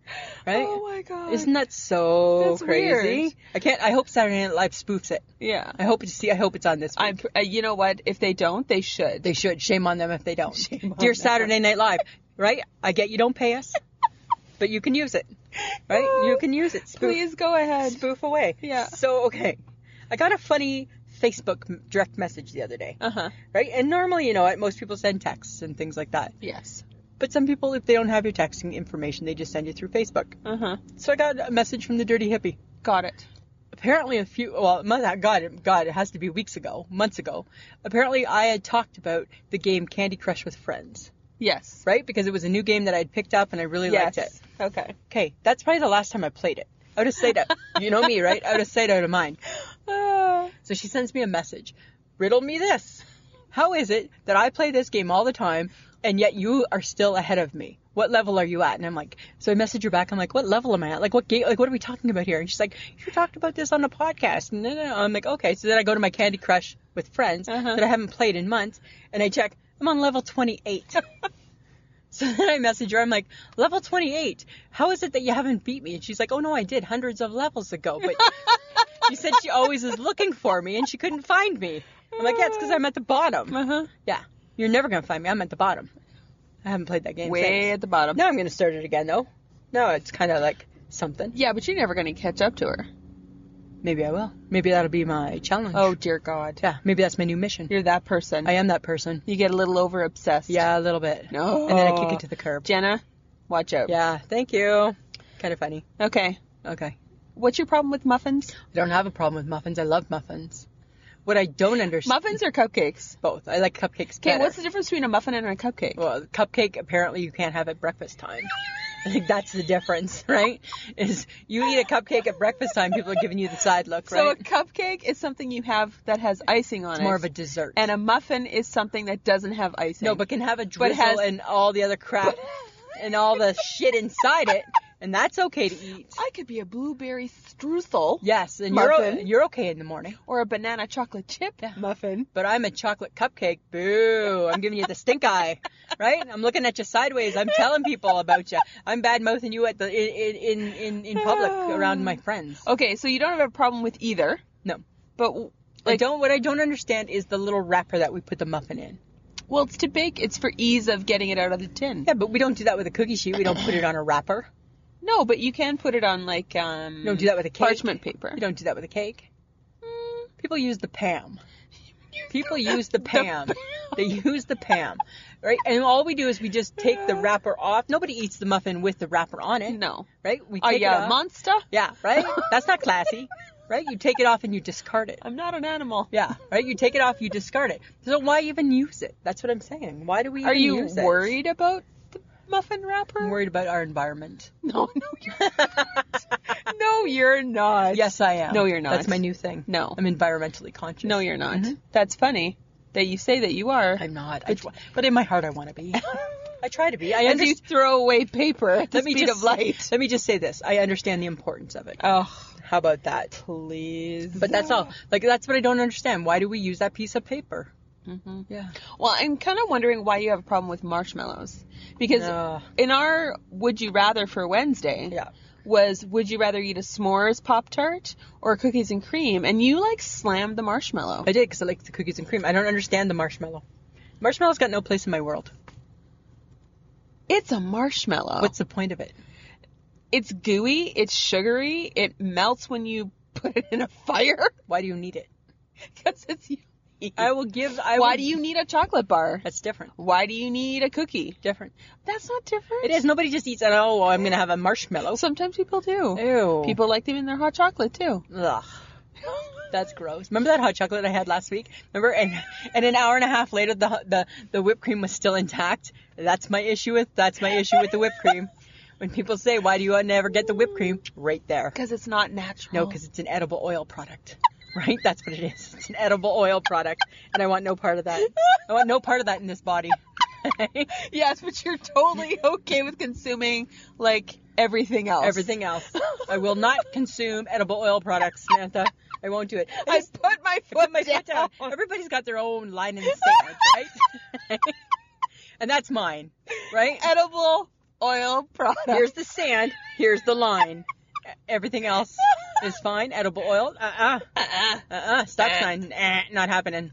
S4: Right?
S3: Oh my god.
S4: Isn't that so
S3: That's
S4: crazy?
S3: weird.
S4: I can't. I hope Saturday Night Live spoofs it.
S3: yeah.
S4: I hope to see. I hope it's on this. Week.
S3: I'm. Uh, you know what? If they don't, they should.
S4: They should. Shame on them if they don't.
S3: Shame on
S4: Dear
S3: them.
S4: Saturday Night Live, right? I get you don't pay us, but you can use it, right? You can use it. Spoof,
S3: Please go ahead.
S4: spoof away.
S3: Yeah.
S4: So okay, I got a funny Facebook m- direct message the other day,
S3: Uh huh.
S4: right? And normally, you know, what, most people send texts and things like that,
S3: Yes.
S4: but some people, if they don't have your texting information, they just send you through Facebook.
S3: Uh huh.
S4: So I got a message from the Dirty Hippie
S3: Got it.
S4: apparently a few well it must- god it- god it has to be weeks ago months ago apparently i had talked about the game candy crush with friends
S3: Yes.
S4: right because it was a new game that i'd picked up and i really liked it
S3: Okay.
S4: okay that's probably the last time i played it out of sight out you know me right out of sight out of mind
S3: Uh,
S4: so she sends me a message riddle me this how is it that i play this game all the time and yet you are still ahead of me what level are you at? And I'm like, so I message her back. I'm like, what level am I at? Like, what game? Like, what are we talking about here? And she's like, you talked about this on a podcast. And then I'm like, okay. So then I go to my Candy Crush with friends that I haven't played in months, and I check. I'm on level 28. so then I message her. I'm like, level 28. How is it that you haven't beat me? And she's like, oh no, I did hundreds of levels ago, but she said she always is looking for me and she couldn't find me. I'm like, yeah, it's because I'm at the bottom.
S3: huh.
S4: Yeah, you're never gonna find me. I'm at the bottom. I haven't played that game.
S3: Way
S4: since.
S3: at the bottom.
S4: Now I'm gonna start it again though. Now it's kind of like something.
S3: Yeah, but you're never gonna catch up to her.
S4: Maybe I will. Maybe that'll be my challenge.
S3: Oh dear God.
S4: yeah. Maybe that's my new mission.
S3: You're that person.
S4: I am that person.
S3: You get a little over obsessed.
S4: Yeah, a little bit.
S3: No.
S4: And then I kick it to the curb.
S3: Jenna, watch out.
S4: yeah. Thank you. Kind of funny.
S3: Okay.
S4: Okay.
S3: What's your problem with muffins?
S4: I don't have a problem with muffins. I love muffins. What I don't understand.
S3: Muffins or cupcakes?
S4: both. I like cupcakes.
S3: Okay,
S4: better.
S3: what's the difference between a muffin and a cupcake?
S4: Well, cupcake apparently you can't have at breakfast time. I think that's the difference, right? Is you eat a cupcake at breakfast time, people are giving you the side look,
S3: so a
S4: right?
S3: cupcake is something you have that has icing on
S4: it's
S3: it.
S4: more of a dessert.
S3: and a muffin is something that doesn't have icing.
S4: no, but can have a
S3: But
S4: drizzle
S3: it has-
S4: and all the other crap and all the shit inside it, and that's okay to eat.
S3: I could be a blueberry streusel
S4: Yes, and you're o-
S3: Muffin.
S4: you're okay in the morning.
S3: or a banana chocolate chip muffin.
S4: But I'm a chocolate cupcake. Boo! I'm giving you the stink eye, right? I'm looking at you sideways. I'm telling people about you. I'm bad mouthing you at the in in in, in public around my friends.
S3: Okay, so you don't have a problem with either,
S4: No.
S3: but w-
S4: I don't. What I don't understand is the little wrapper that we put the muffin in.
S3: well, it's to bake. It's for ease of getting it out of the tin.
S4: Yeah, but we don't do that with a cookie sheet. We don't put it on a wrapper.
S3: No, but you can put it on like um.
S4: We don't do that with a cake.
S3: parchment paper.
S4: We don't do that with a cake. People use the Pam. People use the Pam. They use the Pam, right? And all we do is we just take the wrapper off. Nobody eats the muffin with the wrapper on it,
S3: No.
S4: right? We
S3: Are
S4: take
S3: you
S4: it
S3: a
S4: off.
S3: monster?
S4: Yeah, right. That's not classy, right? You take it off and you discard it.
S3: I'm not an animal.
S4: Yeah, right. You take it off, you discard it. So why even use it? That's what I'm saying. Why do we?
S3: Are
S4: even
S3: you
S4: use it?
S3: worried about the muffin wrapper?
S4: I'm worried about our environment.
S3: No, no, you're not. no, you're not.
S4: Yes, I am.
S3: No, you're not.
S4: That's my new thing.
S3: No.
S4: I'm environmentally conscious.
S3: No, you're not. That's funny that you say that you are.
S4: I'm not. I tw- but in my heart, I want to be. I try to be. I
S3: and you
S4: understand.
S3: throw away paper at the
S4: Let me
S3: speed
S4: just
S3: of light.
S4: Let me just say this. I understand the importance of it.
S3: Oh,
S4: How about that?
S3: please.
S4: But that's all. Like that's what I don't understand. Why do we use that piece of paper? Mm-hmm. Yeah.
S3: Well, I'm kind of wondering why you have a problem with marshmallows. Because
S4: No.
S3: in our Would You Rather for Wednesday
S4: Yeah.
S3: was Would You Rather Eat a S'mores Pop Tart or Cookies and Cream? And you like slammed the marshmallow.
S4: I did because I like the cookies and cream. I don't understand the marshmallow. Marshmallow's got no place in my world.
S3: It's a marshmallow.
S4: What's the point of it?
S3: It's gooey. It's sugary. It melts when you put it in a fire
S4: Why do you need it?
S3: because it's. yummy.
S4: I will give. I
S3: Why
S4: will-
S3: do you need a chocolate bar?
S4: That's different.
S3: Why do you need a cookie?
S4: Different.
S3: That's not different.
S4: It is. Nobody just eats. Oh, well, I'm gonna have a marshmallow.
S3: Sometimes people do.
S4: Ew.
S3: People like them in their hot chocolate too.
S4: Ugh. That's gross. Remember that hot chocolate I had last week? Remember? And and an hour and a half later, the the the whipped cream was still intact. That's my issue with that's my issue with the whipped cream. When people say, "Why do you never get the whipped cream?" Right there.
S3: Because it's not natural.
S4: No, because it's an edible oil product. Right? That's what it is. It's an edible oil product, and I want no part of that. I want no part of that in this body.
S3: yes, but you're totally okay with consuming like everything else.
S4: Everything else, I will not consume edible oil products, Samantha. I won't do it.
S3: I put my
S4: I
S3: foot,
S4: put my foot down. Everybody's got their own line in the sand, right? and that's mine, right?
S3: Edible oil product.
S4: Here's the sand. Here's the line. E- Everything else is fine. Edible oil. Uh uh-uh,
S3: Uh-uh.
S4: uh. Stop sign. Eh, not happening.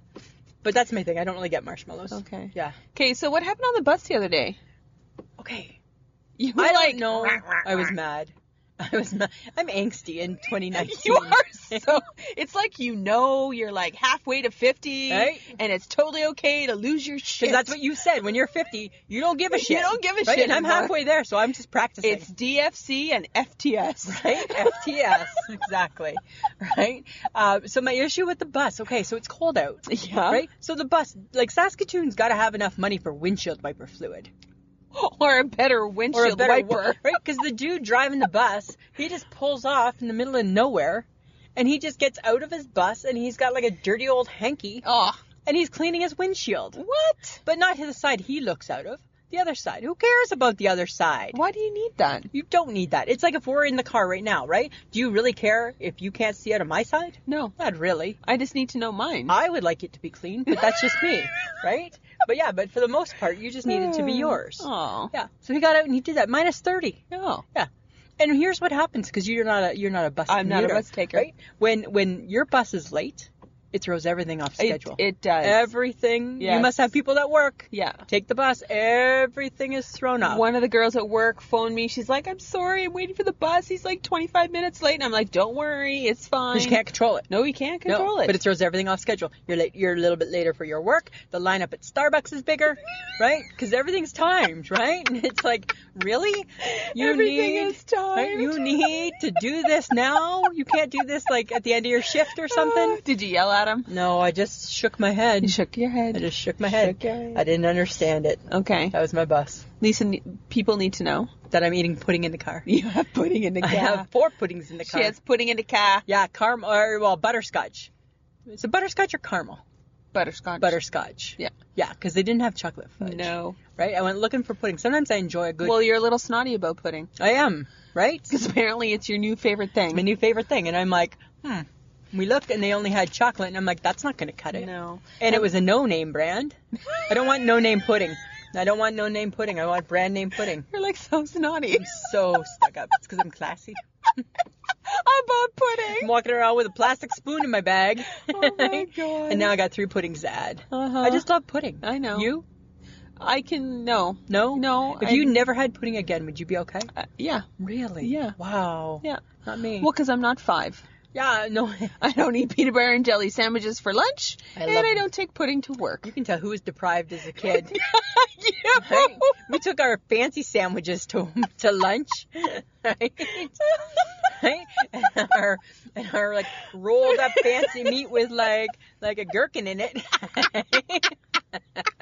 S4: But that's my thing. I don't really get marshmallows.
S3: Okay.
S4: Yeah.
S3: Okay, so what happened on the bus the other day?
S4: Okay.
S3: You were
S4: I
S3: like,
S4: don't know. I was mad. I was mad. I'm angsty in 2019.
S3: You are so. It's like you know you're like halfway to 50,
S4: Right.
S3: and it's totally okay to lose your shit.
S4: Because that's what you said. When you're 50, you don't give a
S3: You
S4: shit.
S3: don't give a
S4: right?
S3: shit
S4: And I'm
S3: anymore.
S4: halfway there, so I'm just practicing.
S3: It's DFC and FTS.
S4: right? FTS, exactly. Right? Uh, so my issue with the bus, okay, so it's cold out.
S3: Yeah.
S4: Right? So the bus, like Saskatoon's got to have enough money for windshield wiper fluid
S3: Or a better windshield
S4: or a better
S3: wiper.
S4: wiper, right? Because the dude driving the bus, he just pulls off in the middle of nowhere, and he just gets out of his bus, and he's got like a dirty old hanky,
S3: Oh,
S4: and he's cleaning his windshield,
S3: what?
S4: but not the side he looks out of, the other side. Who cares about the other side?
S3: Why do you need that?
S4: You don't need that. It's like if we're in the car right now, right? Do you really care if you can't see out of my side?
S3: No,
S4: Not really.
S3: I just need to know mine.
S4: I would like it to be clean, but that's just me, right? But yeah, but for the most part, you just need it to be yours.
S3: Oh,
S4: Yeah. So he got out and he did that minus 30.
S3: no.
S4: Yeah. And here's what happens because you're not a you're not a bus.
S3: I'm not a
S4: commuter,
S3: bus taker.
S4: Right? When when your bus is late, it throws everything off
S3: It,
S4: schedule.
S3: it does.
S4: everything. You
S3: Yes.
S4: must have people that work.
S3: yeah.
S4: Take the bus. Everything is thrown off.
S3: One of the girls at work phoned me. She's like, "I'm sorry, I'm waiting for the bus. He's like 25 minutes late." And I'm like, "Don't worry, it's fine."
S4: 'Cause you can't control it.
S3: No, we can't
S4: No,
S3: control it.
S4: But it throws everything off schedule. You're late, you're a little bit later for your work. The lineup at Starbucks is bigger, right? Because everything's timed, right? And it's like, really? You
S3: Everything
S4: need,
S3: is timed.
S4: right? You need to do this now. You can't do this like at the end of your shift or something.
S3: Ah, Did you yell at him?
S4: No, I just shook my
S3: Oh,
S4: head.
S3: You shook your
S4: I
S3: head.
S4: just shook my head.
S3: Shook your head.
S4: I didn't understand it. Oh,
S3: Okay,
S4: That was my bus.
S3: Lisa, ne- people need to know
S4: That I'm eating pudding in the car.
S3: you have pudding in the
S4: I
S3: car.
S4: have four puddings in the
S3: She
S4: car.
S3: has pudding in the car.
S4: Yeah, caramel or well, butterscotch. Is it butterscotch or caramel?
S3: Butterscotch.
S4: Butterscotch.
S3: Yeah.
S4: Yeah, because they didn't have chocolate fudge.
S3: No.
S4: Right? I went looking for pudding. Sometimes I enjoy a good.
S3: Well, you're a little snotty about pudding
S4: I am, right?
S3: because apparently it's your new favorite thing.
S4: My new favorite thing. And I'm like, hmm. We looked and they only had chocolate, and I'm like, that's not going to cut it.
S3: No.
S4: And it was a no name brand. I don't want no name pudding. I don't want no name pudding. I want brand name pudding.
S3: You're like so snotty
S4: So stuck up. It's because I'm classy.
S3: about
S4: I'm
S3: pudding.
S4: walking around with a plastic spoon in my bag.
S3: Oh my god.
S4: and now I got three puddings to add.
S3: Uh-huh.
S4: I just love pudding.
S3: I know.
S4: You?
S3: I can no.
S4: No?
S3: No,
S4: If
S3: I-
S4: you never had pudding again, would you be okay?
S3: Uh, yeah.
S4: Really?
S3: Yeah.
S4: Wow.
S3: Yeah.
S4: Not me.
S3: Well, because I'm not five.
S4: yeah, no.
S3: I don't eat peanut butter and jelly sandwiches for lunch,
S4: I
S3: and
S4: love
S3: I
S4: them.
S3: don't take pudding to work.
S4: you can tell who was deprived as a kid.
S3: yeah.
S4: right? We took our fancy sandwiches to to lunch, right? right? And our and our like rolled up fancy meat with like like a gherkin in it,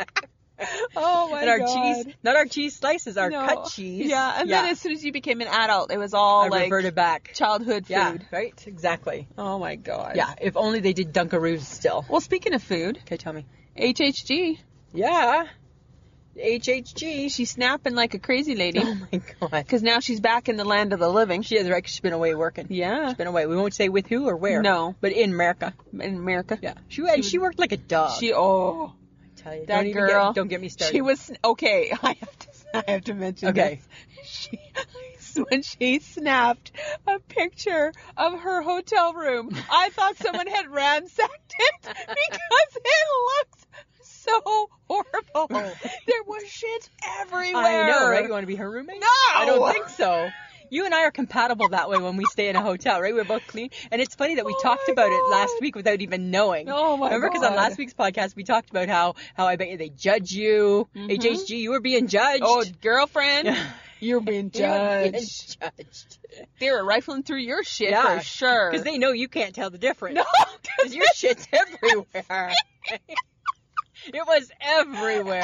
S3: Oh my
S4: and our
S3: God.
S4: cheese not our cheese slices, our
S3: No.
S4: cut cheese.
S3: Yeah, and then as soon as you became an adult, it was all
S4: I
S3: like
S4: reverted back.
S3: childhood food.
S4: Yeah, right, exactly.
S3: Oh my god.
S4: Yeah, if only they did Dunkaroos still.
S3: Well, speaking of food,
S4: Okay, tell me.
S3: HHG,
S4: Yeah, HHG.
S3: she's snapping like a crazy lady
S4: Oh my god.
S3: because now she's back in the land of the living.
S4: She is right. 'cause She's been away working.
S3: Yeah,
S4: She's been away. We won't say with who or where.
S3: No.
S4: But in America.
S3: in America.
S4: Yeah. She and she worked like a dog.
S3: She oh
S4: tell you,
S3: that
S4: don't even
S3: girl.
S4: Get, don't get me started.
S3: She was okay. I have to. I have to mention
S4: Okay.
S3: this. She when she snapped a picture of her hotel room, I thought someone had ransacked it because it looks so horrible. There was shit everywhere.
S4: I know, right? You want to be her roommate?
S3: No!
S4: I don't think so. You and I are compatible that way when we stay in a hotel, right? We're both clean. And it's funny that we talked about it last week without even knowing.
S3: Oh, my
S4: Remember, because on
S3: God.
S4: last week's podcast, we talked about how, how I bet you they judge you. HHG, you were being judged.
S3: Mm-hmm. Oh, girlfriend, you're being
S4: You were being
S3: judged.
S4: judged.
S3: They were rifling through your shit
S4: Yeah.
S3: for sure.
S4: Because they know you can't tell the difference.
S3: no,
S4: 'Cause your shit's everywhere. it was everywhere.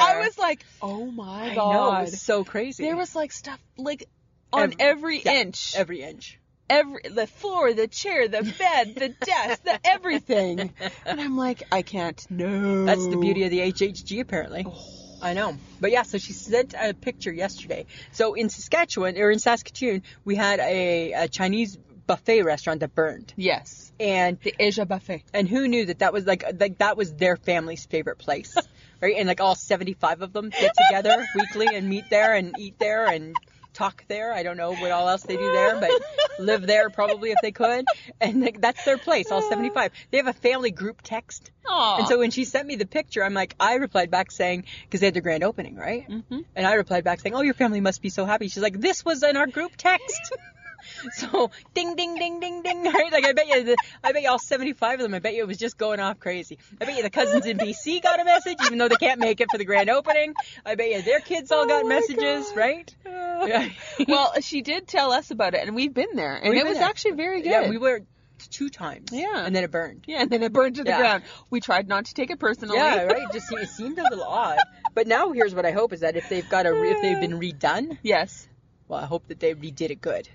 S3: I was like, oh my
S4: I
S3: god,
S4: know, it was so crazy.
S3: there was like stuff like on
S4: Every-
S3: every,
S4: yeah,
S3: inch,
S4: every inch.
S3: every the floor, the chair, the bed, the desk, the everything. And I'm like, I can't. No,
S4: That's the beauty of the HHG, apparently.
S3: Oh.
S4: I know. But yeah, so she sent a picture yesterday. So in Saskatchewan, or in Saskatoon, we had a, a Chinese buffet restaurant that burned.
S3: Yes,
S4: And
S3: the Asia buffet.
S4: and who knew that that was like like that was their family's favorite place, right? And like all 75 of them get together weekly and meet there and eat there and talk there. I don't know what all else they do there, but live there probably if they could. And like that's their place, all 75. They have a family group text.
S3: Aw.
S4: And so when she sent me the picture, I'm like, I replied back saying, because they had their grand opening, right? Mm-hmm. And I replied back saying, oh, your family must be so happy. She's like, this was in our group text. So ding ding ding ding ding right like I bet you the, I bet you all 75 of them I bet you it was just going off crazy I bet you the cousins in BC got a message even though they can't make it for the grand opening I bet you their kids all
S3: Oh
S4: got
S3: my
S4: messages
S3: God.
S4: right yeah.
S3: well, she did tell us about it, and we've been there, and
S4: We've
S3: it
S4: been
S3: was
S4: there.
S3: actually very good.
S4: yeah we were two times
S3: Yeah.
S4: and then it burned
S3: Yeah, and then it burned to the
S4: Yeah.
S3: ground. We tried not to take it personally.
S4: Yeah, right. Just it seemed a little odd. But now here's what I hope is that if they've got a re- if they've been redone,
S3: yes,
S4: well, I hope that they redid it good,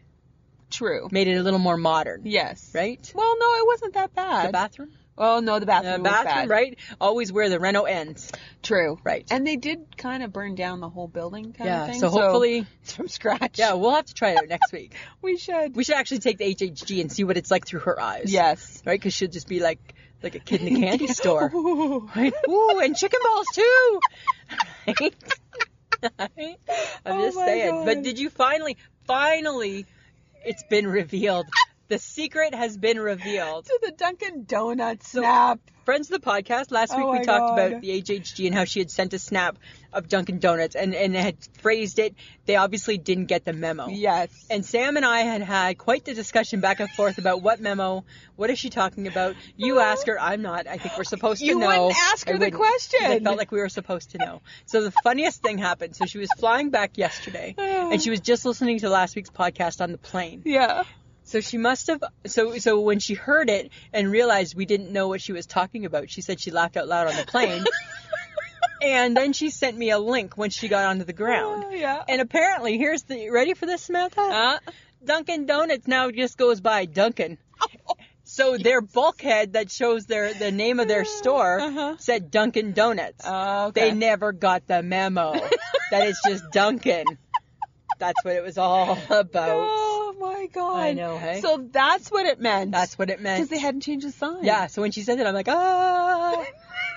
S3: true.
S4: made it a little more modern,
S3: Yes.
S4: right?
S3: Well, no, it wasn't that bad.
S4: The bathroom,
S3: oh no, the
S4: the
S3: bathroom. was
S4: bathroom,
S3: bad.
S4: right? Always where the reno ends.
S3: True.
S4: Right.
S3: And they did kind of burn down the whole building kind of
S4: Yeah.
S3: thing.
S4: So hopefully,
S3: it's from scratch.
S4: yeah, we'll have to try it out next week.
S3: we should.
S4: We should actually take the HHG and see what it's like through her eyes.
S3: yes.
S4: Right? Because she'll just be like like a kid in a candy store.
S3: Ooh.
S4: Right? Ooh, and chicken balls too. Right? I'm
S3: Oh
S4: just
S3: my
S4: saying. But
S3: God.
S4: did you finally, finally, it's been revealed. The secret has been revealed.
S3: To the Dunkin' Donuts snap.
S4: Friends of the podcast, last week
S3: Oh
S4: we
S3: my
S4: talked
S3: God.
S4: about the HHG and how she had sent a snap of Dunkin' Donuts and, and had phrased it. They obviously didn't get the memo.
S3: Yes.
S4: And Sam and I had had quite the discussion back and forth about what memo, what is she talking about? You ask her, I'm not. I think we're supposed
S3: You
S4: to know.
S3: wouldn't ask
S4: I
S3: her the
S4: wouldn't, 'cause I
S3: question.
S4: felt like we were supposed to know. So the funniest thing happened. So she was flying back yesterday, and she was just listening to last week's podcast on the plane.
S3: yeah.
S4: So she must have. So so when she heard it and realized we didn't know what she was talking about, she said she laughed out loud on the plane. and then she sent me a link when she got onto the ground.
S3: Oh, Yeah.
S4: And apparently, here's the ready for this, Samantha?
S3: uh,
S4: Dunkin' Donuts now just goes by Dunkin'. So their bulkhead that shows their the name of their store
S3: Uh-huh.
S4: said Dunkin' Donuts.
S3: oh, okay.
S4: They never got the memo that it's just Dunkin'. That's what it was all about.
S3: Oh my god.
S4: I know, hey?
S3: So that's what it meant.
S4: That's what it meant.
S3: because they hadn't changed the sign.
S4: Yeah. So when she said it, I'm like, ah,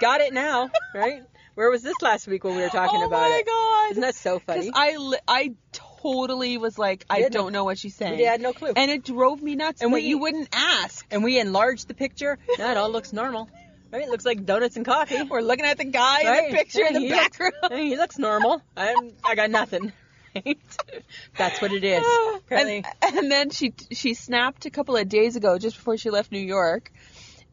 S4: got it now, right? Where was this last week when we were talking
S3: oh
S4: about
S3: my
S4: it?
S3: god.
S4: Isn't that so
S3: Because
S4: funny?
S3: I, li- I totally was like,
S4: We
S3: I
S4: had no-
S3: don't know what she's saying.
S4: We had no clue.
S3: And it drove me nuts.
S4: And
S3: And that
S4: we-
S3: you wouldn't ask.
S4: and we enlarged the picture. Now it all looks normal. Right? It looks like donuts and coffee.
S3: We're looking at the guy
S4: Right.
S3: in the picture in
S4: He
S3: the
S4: looks-
S3: background.
S4: I mean, he looks normal. I'm, I got nothing. Right? That's what it is. Apparently,
S3: And, and then she she snapped a couple of days ago, just before she left New York,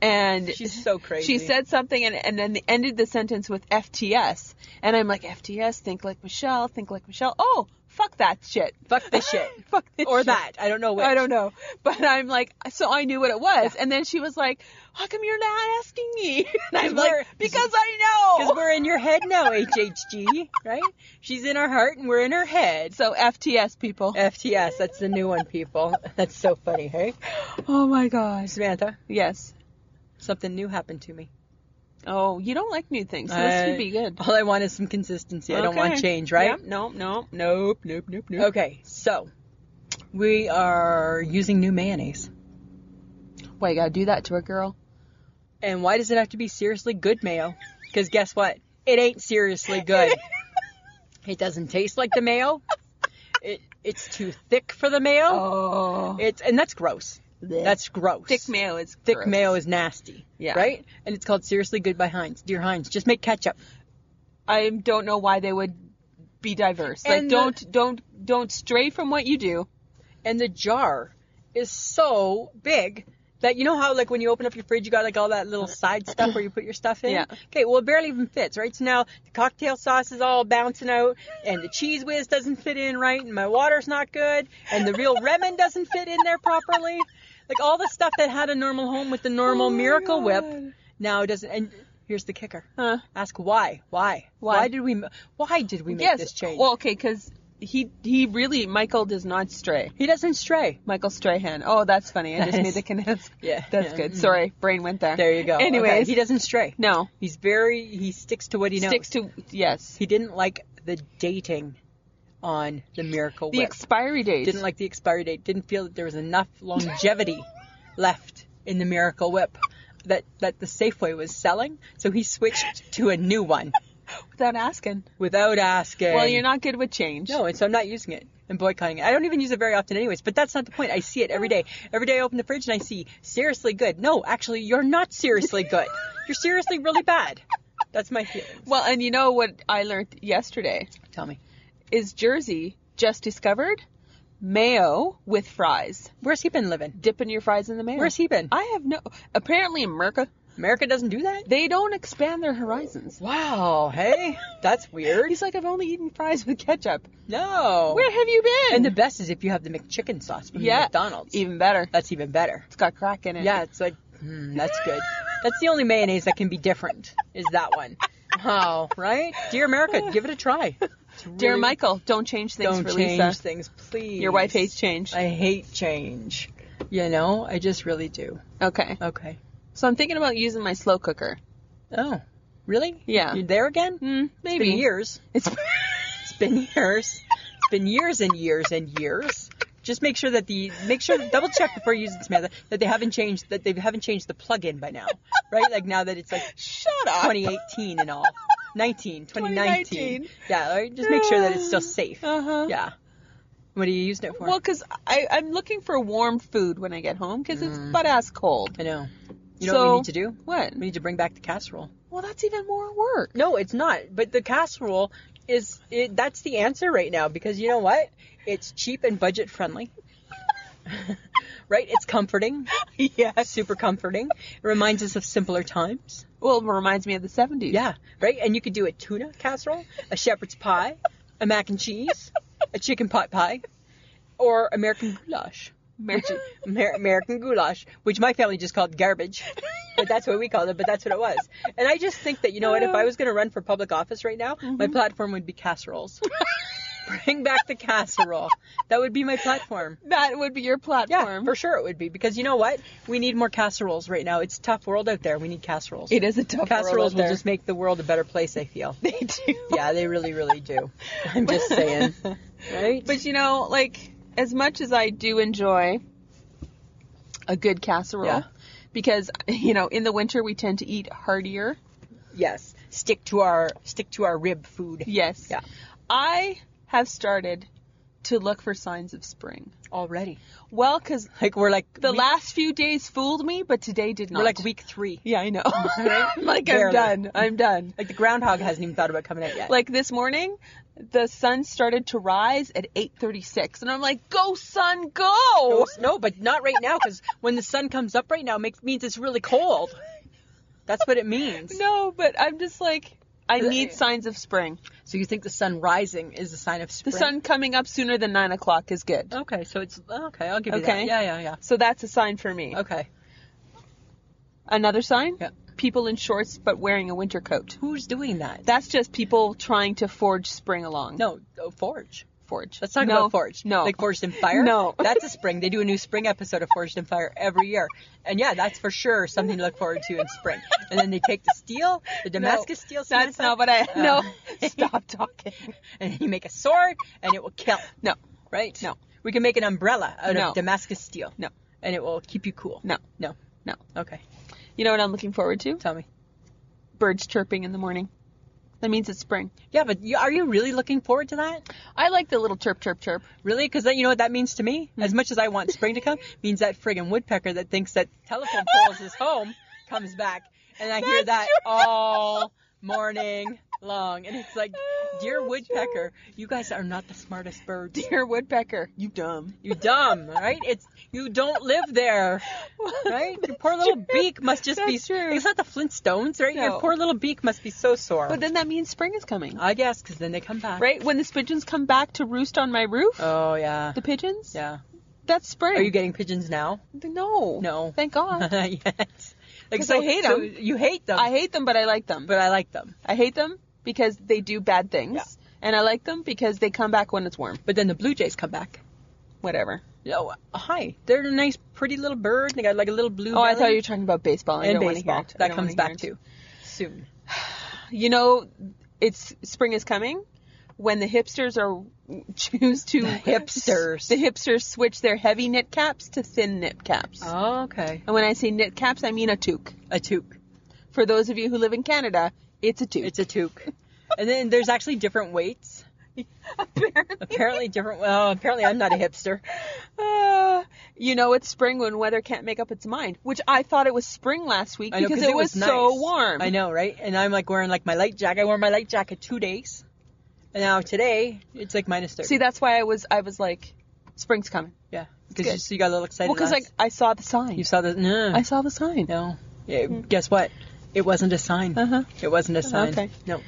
S3: and
S4: she's so crazy.
S3: she said something, and and then ended the sentence with FTS, and I'm like FTS, think like Michelle, think like Michelle. Oh, fuck that shit,
S4: "Fuck this shit,"
S3: fuck this
S4: or
S3: shit.
S4: that. I don't know which.
S3: I don't know, but I'm like, so I knew what it was, and then she was like, "How come you're not asking me?" And I'm
S4: we're-
S3: like, "Because I know."
S4: Because we're in your head now, HHG, right? She's in our heart and we're in her head.
S3: so FTS people.
S4: FTS, that's the new one, people. That's so funny, hey?
S3: Oh my gosh.
S4: Samantha,
S3: Yes.
S4: something new happened to me.
S3: Oh, you don't like new things. So this
S4: Uh,
S3: should be good.
S4: All I want is some consistency. I don't want
S3: Okay.
S4: change, right?
S3: Yep. Nope, nope, nope, nope, nope, nope.
S4: Okay, so we are using new mayonnaise.
S3: Why you gotta do that to a girl?
S4: And why does it have to be seriously good mayo? Because guess what? It ain't seriously good. it doesn't taste like the mayo. It it's too thick for the mayo.
S3: Oh.
S4: It's and that's gross. That's gross.
S3: thick mayo is
S4: Thick
S3: gross.
S4: mayo is nasty.
S3: Yeah.
S4: Right? And it's called seriously good by Heinz. Dear Heinz, just make ketchup.
S3: I don't know why they would be diverse.
S4: And
S3: like
S4: the-
S3: don't don't don't stray from what you do.
S4: and the jar is so big that you know how like when you open up your fridge you got like all that little side stuff where you put your stuff in.
S3: Yeah.
S4: Okay, well it barely even fits, right? So now the cocktail sauce is all bouncing out, and the cheese whiz doesn't fit in right, and my water's not good, and the real Remen doesn't fit in there properly. Like all the stuff that had a normal home with the normal
S3: Oh
S4: Miracle Whip now doesn't. And here's the kicker:
S3: Huh.
S4: ask why, why,
S3: Why?
S4: did we, m- why did we make
S3: yes.
S4: this change?
S3: Well, okay, because he he really Michael does not stray.
S4: he doesn't stray.
S3: Michael Strahan. Oh, that's funny. I just
S4: Nice.
S3: made the connection.
S4: Yeah,
S3: That's
S4: yeah.
S3: good. Sorry, brain went there.
S4: There you go.
S3: Anyways,
S4: Okay, he doesn't stray.
S3: No.
S4: He's very he sticks to what he knows.
S3: sticks to yes.
S4: He didn't like the dating on the Miracle
S3: The
S4: Whip.
S3: expiry date.
S4: didn't like the expiry date. Didn't feel that there was enough longevity left in the Miracle Whip that that the Safeway was selling. So he switched to a new one
S3: without asking.
S4: without asking.
S3: Well, you're not good with change.
S4: No, and so I'm not using it. I'm boycotting it. I don't even use it very often, anyways. But that's not the point. I see it every day. Every day I open the fridge and I see seriously good. No, actually, you're not seriously good. You're seriously really bad. That's my feeling.
S3: Well, and you know what I learned yesterday
S4: Tell me,
S3: is Jersey just discovered mayo with fries.
S4: where's he been living?
S3: Dipping your fries in the mayo.
S4: Where's he been?
S3: I have no. Apparently, in America,
S4: America doesn't do that.
S3: they don't expand their horizons.
S4: Wow. Hey, that's weird.
S3: He's like, I've only eaten fries with ketchup.
S4: No.
S3: Where have you been?
S4: And the best is if you have the McChicken sauce from
S3: yeah,
S4: McDonald's.
S3: Even better.
S4: That's even better.
S3: It's got crack in it.
S4: Yeah, it's like, mm, that's good. That's the only mayonnaise that can be different, is that one. Wow, right? Dear America, give it a try. It's
S3: Oh, Dear
S4: really-
S3: Michael, don't change things
S4: don't
S3: for
S4: change
S3: Lisa.
S4: things, please.
S3: Your wife hates change.
S4: I hate change. You know, I just really do.
S3: okay.
S4: Okay.
S3: So I'm thinking about using my slow cooker.
S4: Oh, really?
S3: Yeah.
S4: You're there again?
S3: Mm,
S4: It's
S3: maybe.
S4: been years.
S3: It's
S4: It's been years. It's been years and years and years. Just make sure that the make sure double check before you use it, Samantha, that they haven't changed that they haven't changed the plug-in by now, right? Like now that it's like
S3: Shut up.
S4: 2018 and all, 19, 2019.
S3: 2019.
S4: Yeah, right? just make sure that it's still safe.
S3: Uh-huh.
S4: Yeah. What are you using it for?
S3: Well, because I'm looking for warm food when I get home because it's butt ass cold.
S4: I know. You know what
S3: So-
S4: we need to do?
S3: Mm. What?
S4: We need to bring back the casserole.
S3: Well, that's even more work.
S4: No, it's not. But the casserole is it, that's the answer right now because you know what? It's cheap and budget friendly. right? It's comforting. Yeah, super comforting. It reminds us of simpler times.
S3: Well, it reminds me of the 70s.
S4: Yeah, right? And you could do a tuna casserole, a shepherd's pie, a mac and cheese, a chicken pot pie, or American goulash.
S3: Marriage-
S4: Amer- American goulash, which my family just called garbage, but that's what we called it. But that's what it was. And I just think that you know what? If I was going to run for public office right now, my platform would be casseroles. Bring back the casserole. That would be my platform.
S3: that would be your
S4: Yeah,
S3: platform.
S4: for sure it would be because you know what? We need more casseroles right now. It's a tough world out there. We need casseroles.
S3: It is a tough
S4: casseroles
S3: world out
S4: will
S3: there.
S4: just make the world a better place. I feel.
S3: They do.
S4: yeah, they really, really do. I'm just saying, right?
S3: But you know, like as much as I do enjoy a good casserole,
S4: Yeah.
S3: because you know in the winter we tend to eat heartier.
S4: yes, stick to our stick to our rib food.
S3: Yes.
S4: Yeah.
S3: I have started to look for signs of spring.
S4: Already,
S3: Well, because
S4: like we're like
S3: the
S4: we-
S3: last few days fooled me, but today did not.
S4: We're like week three.
S3: Yeah, I know. I'm like
S4: Barely.
S3: I'm done. I'm done.
S4: Like the groundhog hasn't even thought about coming out yet.
S3: Like this morning, the sun started to rise at 8:36, and I'm like, "Go sun, go!"
S4: no, no, but not right now because when the sun comes up right now makes means it's really cold. That's what it means.
S3: No, but I'm just like I need signs of spring.
S4: So you think the sun rising is a sign of
S3: The
S4: spring?
S3: sun coming up sooner than nine o'clock is good.
S4: Okay, so it's okay. I'll give you
S3: Okay.
S4: that. Yeah, yeah, yeah.
S3: So that's a sign for me.
S4: Okay.
S3: Another sign?
S4: Yeah.
S3: People in shorts but wearing a winter coat.
S4: Who's doing that?
S3: That's just people trying to forge spring along.
S4: no, oh, Forge.
S3: forge.
S4: Let's talk
S3: no,
S4: about Forge.
S3: No,
S4: Like Forged in Fire?
S3: No.
S4: That's a spring. They do a new spring episode of Forged in Fire every year. And yeah, that's for sure something to look forward to in spring. And then they take the steel, the Damascus steel.
S3: That's
S4: Samantha,
S3: not what I.
S4: Uh,
S3: no,
S4: Stop talking. And you make a sword and it will kill.
S3: no,
S4: Right?
S3: No.
S4: We can make an umbrella out
S3: No.
S4: of Damascus steel.
S3: No.
S4: And it will keep you cool.
S3: no,
S4: No.
S3: no.
S4: Okay.
S3: You know what I'm looking forward to?
S4: Tell me.
S3: Birds chirping in the morning. That means it's spring.
S4: Yeah, but you, are you really looking forward to that?
S3: I like the little chirp, chirp, chirp.
S4: Really? Because you know what that means to me?
S3: Hmm.
S4: As much as I want spring to come, means that friggin' woodpecker that thinks that telephone poles is home comes back. And I hear that all morning long. And it's like,
S3: Oh,
S4: dear woodpecker, you guys are not the smartest birds.
S3: Dear woodpecker, you dumb.
S4: You dumb, right? It's you don't live there, right? Your poor little beak must just be.
S3: That's true.
S4: It's not the Flintstones, right?
S3: No.
S4: Your poor little beak must be so sore.
S3: But then that means spring is coming,
S4: I guess because then they come back,
S3: right? When the pigeons come back to roost on my roof,
S4: Oh yeah,
S3: the pigeons.
S4: yeah.
S3: That's spring.
S4: Are you getting pigeons now?
S3: No.
S4: No.
S3: Thank God.
S4: yes. Like
S3: 'Cause I hate
S4: so
S3: 'em.
S4: You hate them.
S3: I hate them, but I like them.
S4: but I like them.
S3: I hate them because they do bad things,
S4: Yeah.
S3: and I like them because they come back when it's warm.
S4: But then the blue jays come back.
S3: Whatever.
S4: Oh, hi. They're a nice, pretty little bird. They got like a little blue.
S3: Oh, I
S4: belly.
S3: thought you were talking about baseball. I
S4: and
S3: don't wanna hear
S4: baseball
S3: it. I
S4: that
S3: don't
S4: comes
S3: wanna hear
S4: back
S3: it.
S4: too soon.
S3: You know, it's spring is coming when the hipsters are choose to
S4: hipsters.
S3: The hipsters switch their heavy knit caps to thin knit caps.
S4: Oh. okay.
S3: And when I say knit caps, I mean a toque.
S4: A toque.
S3: For those of you who live in Canada, it's a toque.
S4: It's a toque. and then there's actually different weights. Apparently different. Well, apparently I'm not a hipster.
S3: Uh, you know, it's spring when weather can't make up its mind, which I thought it was spring last week
S4: I know,
S3: because it, was, so
S4: nice.
S3: warm.
S4: I know, right? And I'm like wearing like my light jacket. I wore my light jacket two days. And now today it's like minus thirty.
S3: See, that's why I was I was like, spring's coming.
S4: yeah,
S3: good.
S4: because you, so you got a little excited.
S3: Well, because like
S4: last-
S3: I saw the sign.
S4: you saw the no,
S3: I saw the sign.
S4: no. Yeah, Guess what? It wasn't a sign.
S3: Uh-huh.
S4: It wasn't a sign.
S3: Okay.
S4: No.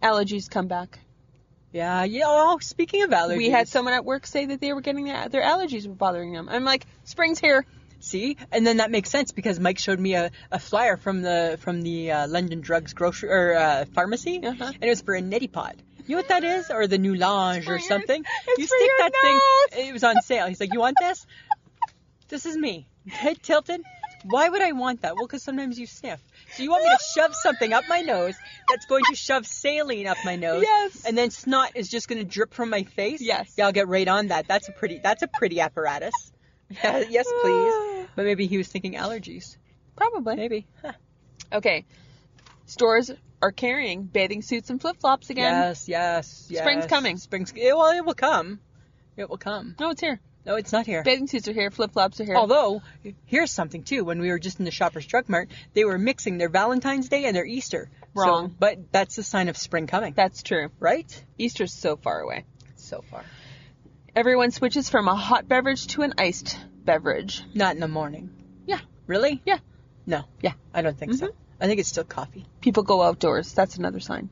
S3: Allergies come back.
S4: Yeah. Yeah. Oh, speaking of allergies,
S3: We had someone at work say that they were getting their, their allergies were bothering them. I'm like, spring's here.
S4: See, and then that makes sense because Mike showed me a, a flyer from the from the uh, London Drugs grocery or uh, pharmacy,
S3: Uh-huh.
S4: and it was for a neti pot. You know what that is, or the new lounge
S3: for
S4: or
S3: your-
S4: something?
S3: it's
S4: you
S3: for
S4: stick
S3: your
S4: that
S3: nose.
S4: thing. It was on sale. He's like, "You want this? this is me, head tilted." Why would I want that? Well, because sometimes you sniff. So you want me to shove something up my nose that's going to shove saline up my nose,
S3: Yes.
S4: and then snot is just going to drip from my face.
S3: Yes.
S4: yeah, I'll get right on that. That's a pretty. That's a pretty apparatus. Yeah, yes, please. But maybe he was thinking allergies.
S3: Probably.
S4: Maybe. Huh.
S3: Okay. Stores are carrying bathing suits and flip flops again.
S4: Yes, yes, yes.
S3: Spring's coming.
S4: Spring's. yeah, Well, it will come. It will come.
S3: No, it's here.
S4: No, it's not here.
S3: Bathing suits are here. Flip flops are here.
S4: Although, here's something too. When we were just in the Shoppers Drug Mart, they were mixing their Valentine's Day and their Easter. So-
S3: Wrong.
S4: but that's a sign of spring coming,
S3: that's true.
S4: right?
S3: Easter's so far away.
S4: So far.
S3: Everyone switches from a hot beverage to an iced beverage.
S4: Not in the morning.
S3: Yeah.
S4: Really?
S3: Yeah.
S4: No.
S3: Yeah. Mm-hmm.
S4: I don't think so. I think it's still coffee.
S3: People go outdoors. That's another sign.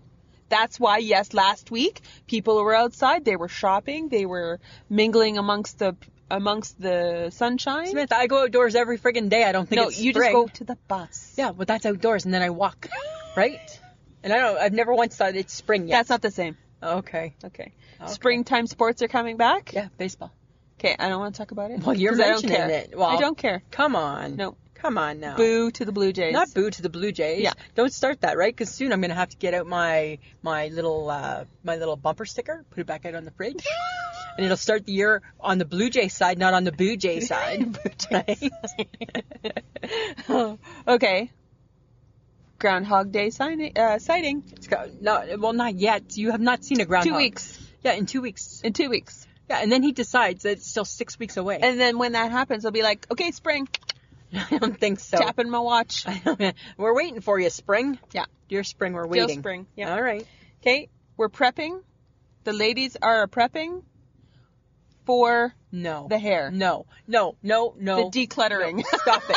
S3: That's why, yes, last week people were outside. They were shopping. They were mingling amongst the amongst the sunshine.
S4: Smith, I go outdoors every friggin' day. I don't think
S3: no,
S4: it's
S3: you just
S4: spring.
S3: go to the bus.
S4: Yeah, well, that's outdoors, and then I walk, right? And I don't. I've never once thought it's spring yet.
S3: That's not the same.
S4: okay.
S3: Okay. Springtime sports are coming back.
S4: Yeah, baseball.
S3: Okay, I don't want to talk about it.
S4: Well, you're
S3: 'Cause I don't
S4: mentioning
S3: care.
S4: it. Well-
S3: I don't care.
S4: Come on.
S3: No.
S4: Come on now.
S3: Boo to the Blue Jays.
S4: Not boo to the Blue Jays.
S3: Yeah.
S4: Don't start that, right? Because soon I'm gonna have to get out my my little uh, my little bumper sticker, put it back out on the fridge, and it'll start the year on the Blue Jay side, not on the Boo Jay side. Right?
S3: Okay. Groundhog Day sign- uh, sighting.
S4: It's got- no, well, not yet. You have not seen a groundhog.
S3: Two weeks.
S4: Yeah, in two weeks.
S3: In two weeks.
S4: Yeah, and then he decides that it's still six weeks away.
S3: And then when that happens, I'll be like, okay, spring.
S4: I don't think so.
S3: Tapping my watch.
S4: we're waiting for you, spring.
S3: Yeah.
S4: Dear spring, we're
S3: Deal
S4: waiting.
S3: spring. Yeah.
S4: All right.
S3: Okay. We're prepping. The ladies are prepping for
S4: No.
S3: The hair.
S4: No. No. No. No.
S3: the decluttering.
S4: Stop it.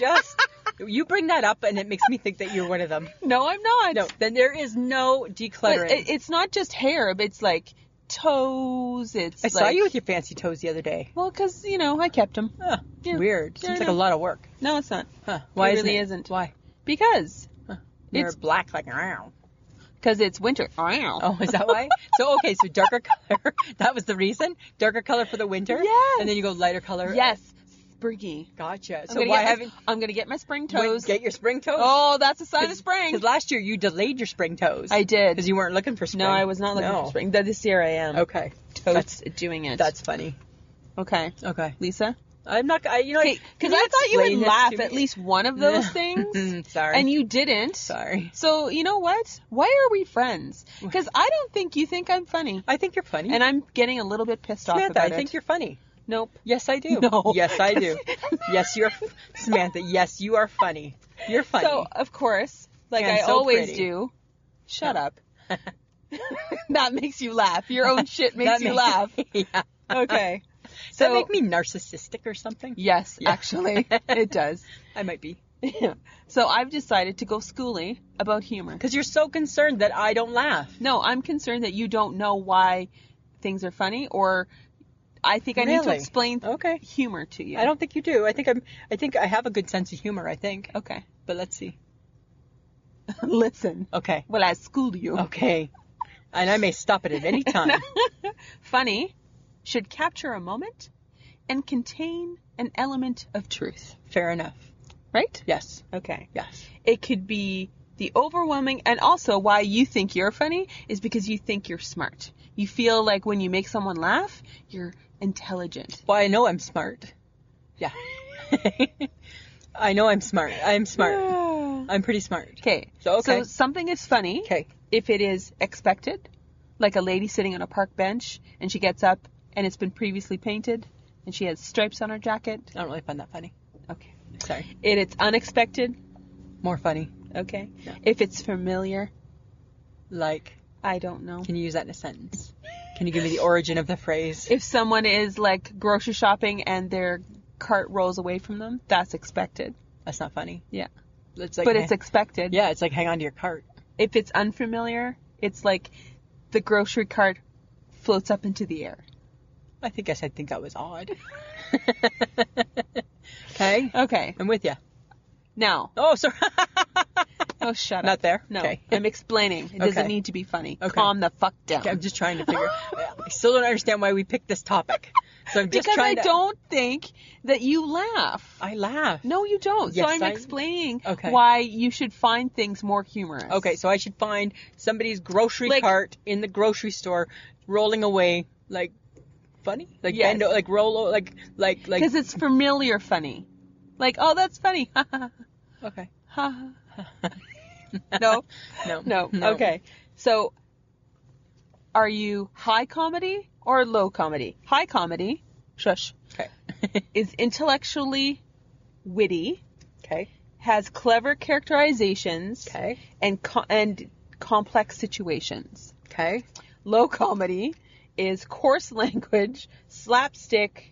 S4: Just you bring that up, and it makes me think that you're one of them.
S3: No, I'm not.
S4: No. Then there is no
S3: But
S4: decluttering.
S3: it, it's not just hair. but It's like toes. It's
S4: I
S3: like,
S4: saw you with your fancy toes the other day.
S3: Well, because, you know, I kept them.
S4: Huh.
S3: Yeah.
S4: Weird.
S3: Yeah, I
S4: Seems like
S3: know.
S4: a lot of work.
S3: No, it's not.
S4: Huh. Why
S3: it
S4: isn't
S3: really
S4: it?
S3: is isn't.
S4: Why?
S3: Because.
S4: You're
S3: It's-
S4: black like wow.
S3: Because it's winter. Ow.
S4: Oh, is that why? so okay, so darker color. That was the reason. Darker color for the winter.
S3: Yes.
S4: And then you go lighter color.
S3: Yes. Springy.
S4: Gotcha.
S3: I'm
S4: So
S3: gonna
S4: why
S3: get my-
S4: haven't
S3: I'm gonna get my spring
S4: when-
S3: toes.
S4: get your spring toes?
S3: oh, that's a sign of spring.
S4: Because last year you delayed your spring toes.
S3: I did.
S4: Because you weren't looking for spring.
S3: no, I was not looking
S4: No.
S3: for spring. Th- This year I am.
S4: Okay.
S3: Totes
S4: That's
S3: doing it.
S4: that's funny.
S3: okay.
S4: Okay.
S3: Lisa,
S4: I'm not. I, you know,
S3: because
S4: can
S3: I thought you
S4: explain
S3: would
S4: this
S3: laugh
S4: to
S3: at
S4: me?
S3: least one of those things,
S4: Mm, Sorry.
S3: and you didn't.
S4: Sorry.
S3: So you know what? Why are we friends? Because I don't think you think I'm funny,
S4: I think you're funny.
S3: and I'm getting a little bit pissed off
S4: Samantha,
S3: about
S4: I think
S3: it.
S4: you're funny.
S3: Nope.
S4: Yes, I do.
S3: No.
S4: Yes, I do. yes, you're Samantha. Yes,
S3: uh,
S4: you are funny. You're funny.
S3: So of course, like
S4: And
S3: I
S4: so
S3: always
S4: pretty.
S3: do, shut up. that makes you laugh. Your own shit makes
S4: That
S3: you
S4: make-
S3: laugh.
S4: yeah.
S3: Okay.
S4: Does
S3: So
S4: that make me narcissistic or something?
S3: yes, actually, it does.
S4: I might be.
S3: So I've decided to go schooling about humor.
S4: Because you're so concerned that I don't laugh.
S3: No, I'm concerned that you don't know why things are funny, or I think I need to
S4: Really?
S3: explain
S4: Okay.
S3: humor to you.
S4: I don't think you do. I think I'm. I think I have a good sense of humor. I think.
S3: Okay.
S4: But let's see.
S3: Listen.
S4: Okay. Oh.
S3: Well, I schooled you.
S4: Okay. And I may stop it at any time.
S3: Funny should capture a moment and contain an element of truth,
S4: Fair enough.
S3: right?
S4: Yes.
S3: Okay.
S4: Yes.
S3: It could be the overwhelming, and also why you think you're funny is because you think you're smart. You feel like when you make someone laugh, you're intelligent.
S4: Well, I know I'm smart. Yeah. I know I'm smart. I'm smart. I'm pretty smart.
S3: Okay.
S4: So, okay.
S3: something is funny
S4: Okay.
S3: if it is expected, like a lady sitting on a park bench and she gets up and it's been previously painted and she has stripes on her jacket.
S4: I don't really find that funny.
S3: Okay.
S4: Sorry.
S3: If it's unexpected,
S4: More funny.
S3: okay.
S4: Yeah.
S3: If it's familiar,
S4: Like,
S3: I don't know.
S4: can you use that in a sentence? Can you give me the origin of the phrase?
S3: If someone is like grocery shopping and their cart rolls away from them, that's expected.
S4: That's not funny.
S3: Yeah.
S4: It's like, eh.
S3: But it's expected.
S4: yeah, it's like hang on to your cart.
S3: If it's unfamiliar, it's like the grocery cart floats up into the air.
S4: I think I said think that was odd. okay.
S3: Okay.
S4: I'm with you.
S3: Now,
S4: Oh, sorry.
S3: Oh, shut
S4: Not
S3: up.
S4: there?
S3: No.
S4: Okay.
S3: I'm explaining. It doesn't
S4: Okay.
S3: need to be funny.
S4: Okay.
S3: Calm the fuck down.
S4: I'm just trying to figure. I still don't understand why we picked this topic. So I'm just
S3: because
S4: trying
S3: I
S4: to.
S3: don't think that you laugh.
S4: I laugh.
S3: no, you don't.
S4: Yes,
S3: so I'm
S4: I-
S3: explaining
S4: Okay.
S3: why you should find things more humorous.
S4: Okay, so I should find somebody's grocery
S3: Like-
S4: cart in the grocery store rolling away like funny, like
S3: Yes.
S4: bend o like roll, o- like like like.
S3: Because it's familiar funny. Like, oh, that's funny. Ha, ha,
S4: okay.
S3: ha, ha. no,
S4: No.
S3: no. Okay. So, are you high comedy or low comedy? High comedy, shush,
S4: Okay.
S3: is intellectually witty.
S4: okay.
S3: has clever characterizations
S4: Okay.
S3: and co- and complex situations.
S4: Okay.
S3: Low comedy is coarse language, slapstick,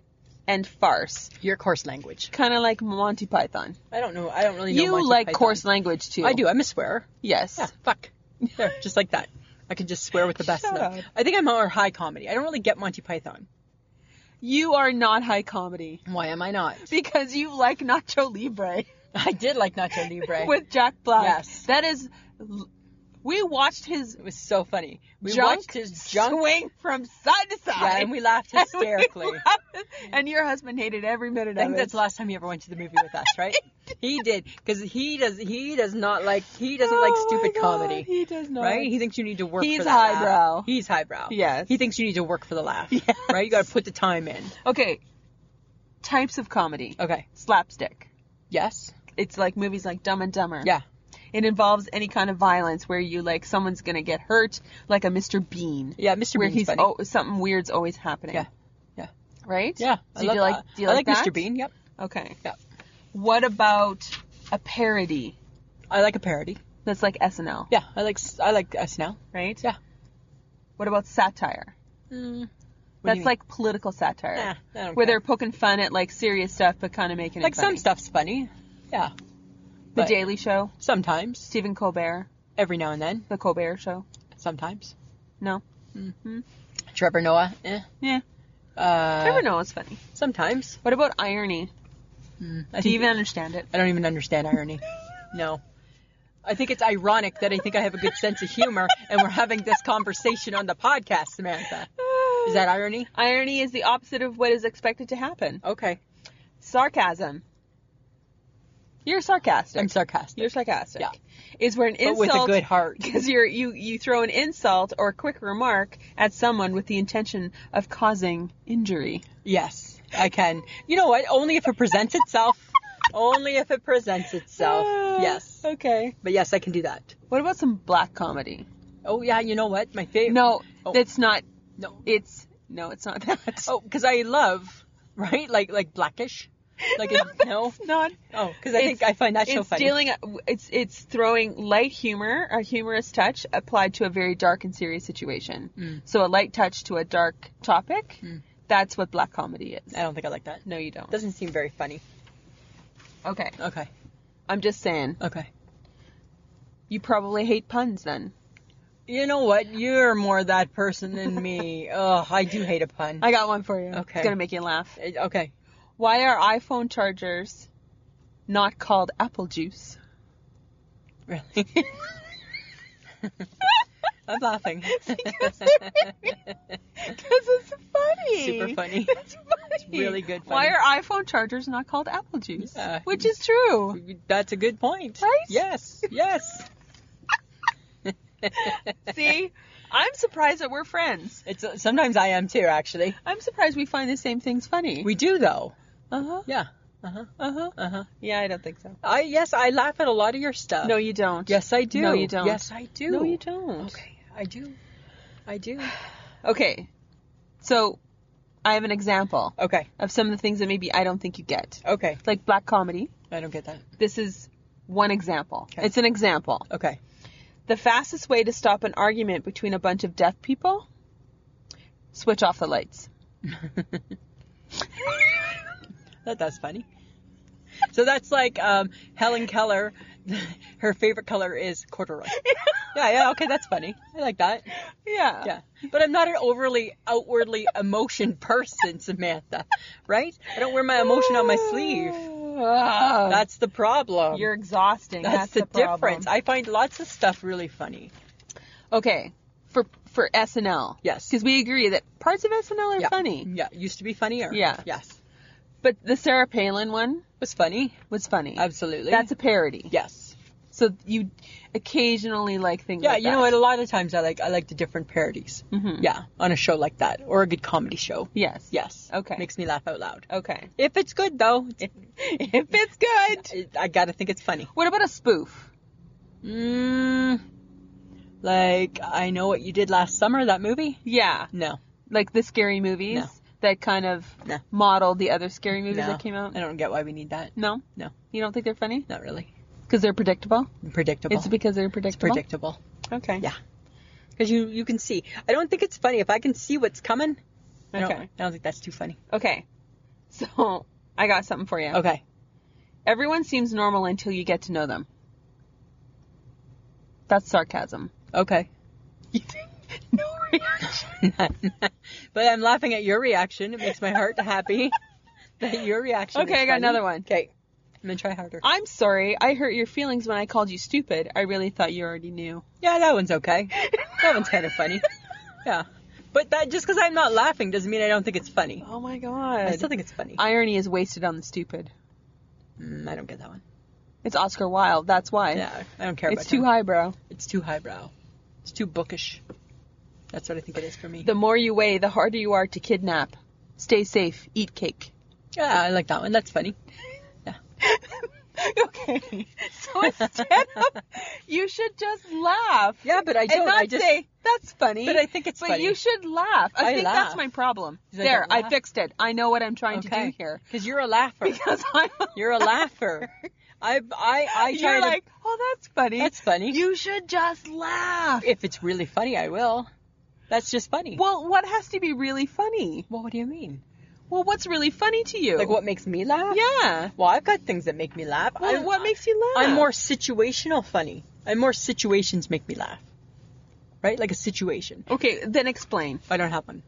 S3: and farce,
S4: Your coarse language.
S3: kind of like Monty Python.
S4: I don't know. I don't really know.
S3: you
S4: Monty
S3: like
S4: Python.
S3: coarse language too.
S4: I do. I'm a swearer.
S3: Yes.
S4: Yeah. Fuck. There, just like that. I can just swear with the best
S3: Shut
S4: of them.
S3: up.
S4: I think I'm more high comedy. I don't really get Monty Python.
S3: You are not high comedy
S4: Why am I not?
S3: because you like Nacho Libre
S4: I did like Nacho Libre.
S3: with Jack Black.
S4: Yes.
S3: That is. We watched his
S4: it was so funny. We
S3: junk
S4: watched his junk.
S3: swing from side to side.
S4: Yeah, and we laughed
S3: And we
S4: hysterically.
S3: laughed. and your husband hated every minute
S4: I
S3: of
S4: think
S3: it.
S4: that's the last time you ever went to the movie with us, right? he did, because he does. He does not like. He doesn't like
S3: Oh my
S4: stupid
S3: God,
S4: comedy,
S3: He does not.
S4: right? He thinks you need to work.
S3: He's
S4: for that laugh.
S3: highbrow.
S4: He's highbrow.
S3: Yes.
S4: He thinks you need to work for the laugh, right? You got to put the time in.
S3: okay. Types of comedy.
S4: Okay.
S3: Slapstick.
S4: Yes.
S3: It's like movies like Dumb and Dumber.
S4: Yeah.
S3: It involves any kind of violence where you like someone's gonna get hurt, like a Mr. Bean.
S4: Yeah. Mr.
S3: Where
S4: Bean's
S3: he's
S4: funny.
S3: oh something weird's always happening.
S4: Yeah. Yeah.
S3: Right?
S4: Yeah.
S3: So
S4: I
S3: do
S4: love
S3: you like
S4: that.
S3: do you
S4: I
S3: like,
S4: like
S3: that?
S4: Mr. Bean. Yep.
S3: Okay.
S4: Yeah.
S3: What about a parody?
S4: I like a parody.
S3: That's like SNL.
S4: Yeah. I like. s- I like SNL.
S3: Right?
S4: Yeah.
S3: What about satire?
S4: What do you
S3: Hmm. That's
S4: mean?
S3: like political satire.
S4: Nah, I don't
S3: where
S4: care.
S3: they're poking fun at like serious stuff but kind of making it
S4: like
S3: funny.
S4: some stuff's funny. Yeah.
S3: The
S4: but-
S3: Daily Show,
S4: Sometimes.
S3: Stephen Colbert,
S4: Every now and then.
S3: The Colbert Show.
S4: Sometimes.
S3: No.
S4: Trevor Noah. Eh.
S3: Yeah.
S4: Uh,
S3: Trevor Noah's funny.
S4: Sometimes.
S3: What about irony?
S4: I
S3: Do
S4: think-
S3: you even understand it?
S4: I don't even understand irony. No. I think it's ironic that I think I have a good sense of humor and we're having this conversation on the podcast, Samantha. Is that irony?
S3: Irony is the opposite of what is expected to happen.
S4: Okay.
S3: Sarcasm. You're sarcastic.
S4: I'm sarcastic.
S3: You're sarcastic.
S4: Yeah.
S3: Is where an
S4: But with
S3: insult
S4: a good heart.
S3: because you're you you throw an insult or a quick remark at someone with the intention of causing injury.
S4: Yes, I can. You know what? Only if it presents itself. Only if it presents itself. Uh, Yes.
S3: Ah, Okay.
S4: But yes, I can do that.
S3: What about some black comedy?
S4: Oh, yeah, you know what? My favorite.
S3: No,
S4: Oh.
S3: that's not.
S4: No.
S3: It's no, it's not that.
S4: Oh, because I love, right? Like, like blackish. Like it's no.
S3: Not
S4: Oh, because I think I find that show
S3: it's
S4: funny.
S3: dealing uh, it's it's throwing light humor, a humorous touch applied to a very dark and serious situation.
S4: Mm.
S3: So a light touch to a dark topic. That's what black comedy is.
S4: I don't think I like that.
S3: No, you don't.
S4: Doesn't seem very funny.
S3: Okay.
S4: Okay.
S3: I'm just saying.
S4: Okay.
S3: You probably hate puns then.
S4: You know what? You're more that person than me. Ugh, I do hate a pun.
S3: I got one for you.
S4: Okay.
S3: It's going to make you laugh.
S4: Uh, okay.
S3: Why are iPhone chargers not called apple juice?
S4: Really? I'm laughing.
S3: Because it's funny.
S4: Super funny.
S3: It's funny.
S4: really good
S3: Why
S4: funny.
S3: are iPhone chargers not called apple juice?
S4: Yeah.
S3: Which is true.
S4: That's a good point.
S3: Right?
S4: Yes. Yes.
S3: See, I'm surprised that we're friends.
S4: It's uh, sometimes I am too, actually.
S3: I'm surprised we find the same things funny.
S4: We do though.
S3: uh huh.
S4: Yeah. Uh huh.
S3: Uh huh.
S4: Uh huh.
S3: Yeah, I don't think so.
S4: I yes, I laugh at a lot of your stuff.
S3: No, you don't.
S4: Yes, I do.
S3: No, you don't.
S4: Yes, I do.
S3: No, you don't.
S4: Okay, I do. I do.
S3: Okay. So, I have an example
S4: Okay.
S3: of some of the things that maybe I don't think you get,
S4: Okay.
S3: like black comedy.
S4: I don't get that.
S3: This is one example. It's an example.
S4: Okay.
S3: The fastest way to stop an argument between a bunch of deaf people: switch off the lights.
S4: That that's funny. So that's like um, Helen Keller. Her favorite color is corduroy. yeah, yeah. Okay, that's funny. I like that.
S3: Yeah.
S4: Yeah. But I'm not an overly outwardly emotion person, Samantha. Right? I don't wear my emotion on my sleeve. That's the problem.
S3: You're exhausting. That's,
S4: that's, the,
S3: problem.
S4: difference. I find lots of stuff really funny.
S3: Okay. For for SNL.
S4: Yes.
S3: Because we agree that parts of SNL are
S4: Yeah.
S3: funny.
S4: Yeah, used to be funnier.
S3: Yeah.
S4: Yes. It
S3: But the Sarah Palin one
S4: was funny.
S3: was funny.
S4: Absolutely.
S3: That's a parody.
S4: yes.
S3: So you occasionally like things
S4: Yeah,
S3: like
S4: you
S3: that.
S4: know what? A lot of times I like I like the different parodies.
S3: Mhm.
S4: Yeah, on a show like that or a good comedy show.
S3: Yes.
S4: Yes.
S3: Okay.
S4: Makes me laugh out loud.
S3: Okay.
S4: If it's good though, if,
S3: If it's good.
S4: I gotta think it's funny.
S3: What about a spoof?
S4: Mm, like I know what you did last summer. That movie?
S3: Yeah.
S4: No,
S3: Like the scary movies
S4: No.
S3: that kind of
S4: No.
S3: modeled the other scary movies
S4: no.
S3: that came out?
S4: I don't get why we need that.
S3: No?
S4: No.
S3: You don't think they're funny?
S4: Not really.
S3: Because they're predictable?
S4: Predictable.
S3: It's because they're predictable?
S4: predictable.
S3: Okay.
S4: Yeah. Because you you can see. I don't think it's funny if I can see what's coming. I don't,
S3: Okay.
S4: I don't think that's too funny.
S3: Okay. So I got something for you.
S4: Okay.
S3: Everyone seems normal until you get to know them. That's sarcasm.
S4: Okay.
S3: No reaction.
S4: but I'm laughing at your reaction. It makes my heart happy that your reaction.
S3: Okay, I got another one.
S4: Okay. I'm gonna try harder.
S3: I'm sorry, I hurt your feelings when I called you stupid. I really thought you already knew.
S4: Yeah, that one's okay. That one's kind of funny. Yeah. But that just because I'm not laughing doesn't mean I don't think it's funny.
S3: Oh my god.
S4: I still think it's funny.
S3: Irony is wasted on the stupid.
S4: Mm, I don't get that one.
S3: It's Oscar Wilde, that's why.
S4: Yeah, I don't care about
S3: It's too
S4: that.
S3: highbrow.
S4: It's too highbrow. It's too bookish. That's what I think it is for me.
S3: The more you weigh, the harder you are to kidnap. Stay safe, eat cake.
S4: yeah, I like that one. That's funny.
S3: okay. So instead of you should just laugh.
S4: Yeah, but I don't.
S3: and not
S4: I just
S3: say that's funny.
S4: But I think it's
S3: but
S4: funny.
S3: you should laugh. I,
S4: I
S3: think that's
S4: laugh.
S3: my problem.
S4: I
S3: There,
S4: don't
S3: I
S4: laugh.
S3: fixed it. I know what I'm trying to do here.
S4: Because you're a laugher.
S3: Because I'm
S4: You're a laugher. I I I try
S3: You're
S4: to-
S3: like, oh, that's funny.
S4: That's funny.
S3: You should just laugh.
S4: if it's really funny, I will. That's just funny.
S3: Well, what has to be really funny?
S4: Well, what do you mean?
S3: Well, what's really funny to you?
S4: Like what makes me laugh?
S3: Yeah.
S4: Well, I've got things that make me laugh.
S3: Well,
S4: I'm-
S3: what makes you laugh?
S4: I'm more situational funny. I'm more situations make me laugh. Right? Like a situation.
S3: Okay, then explain.
S4: I don't have one.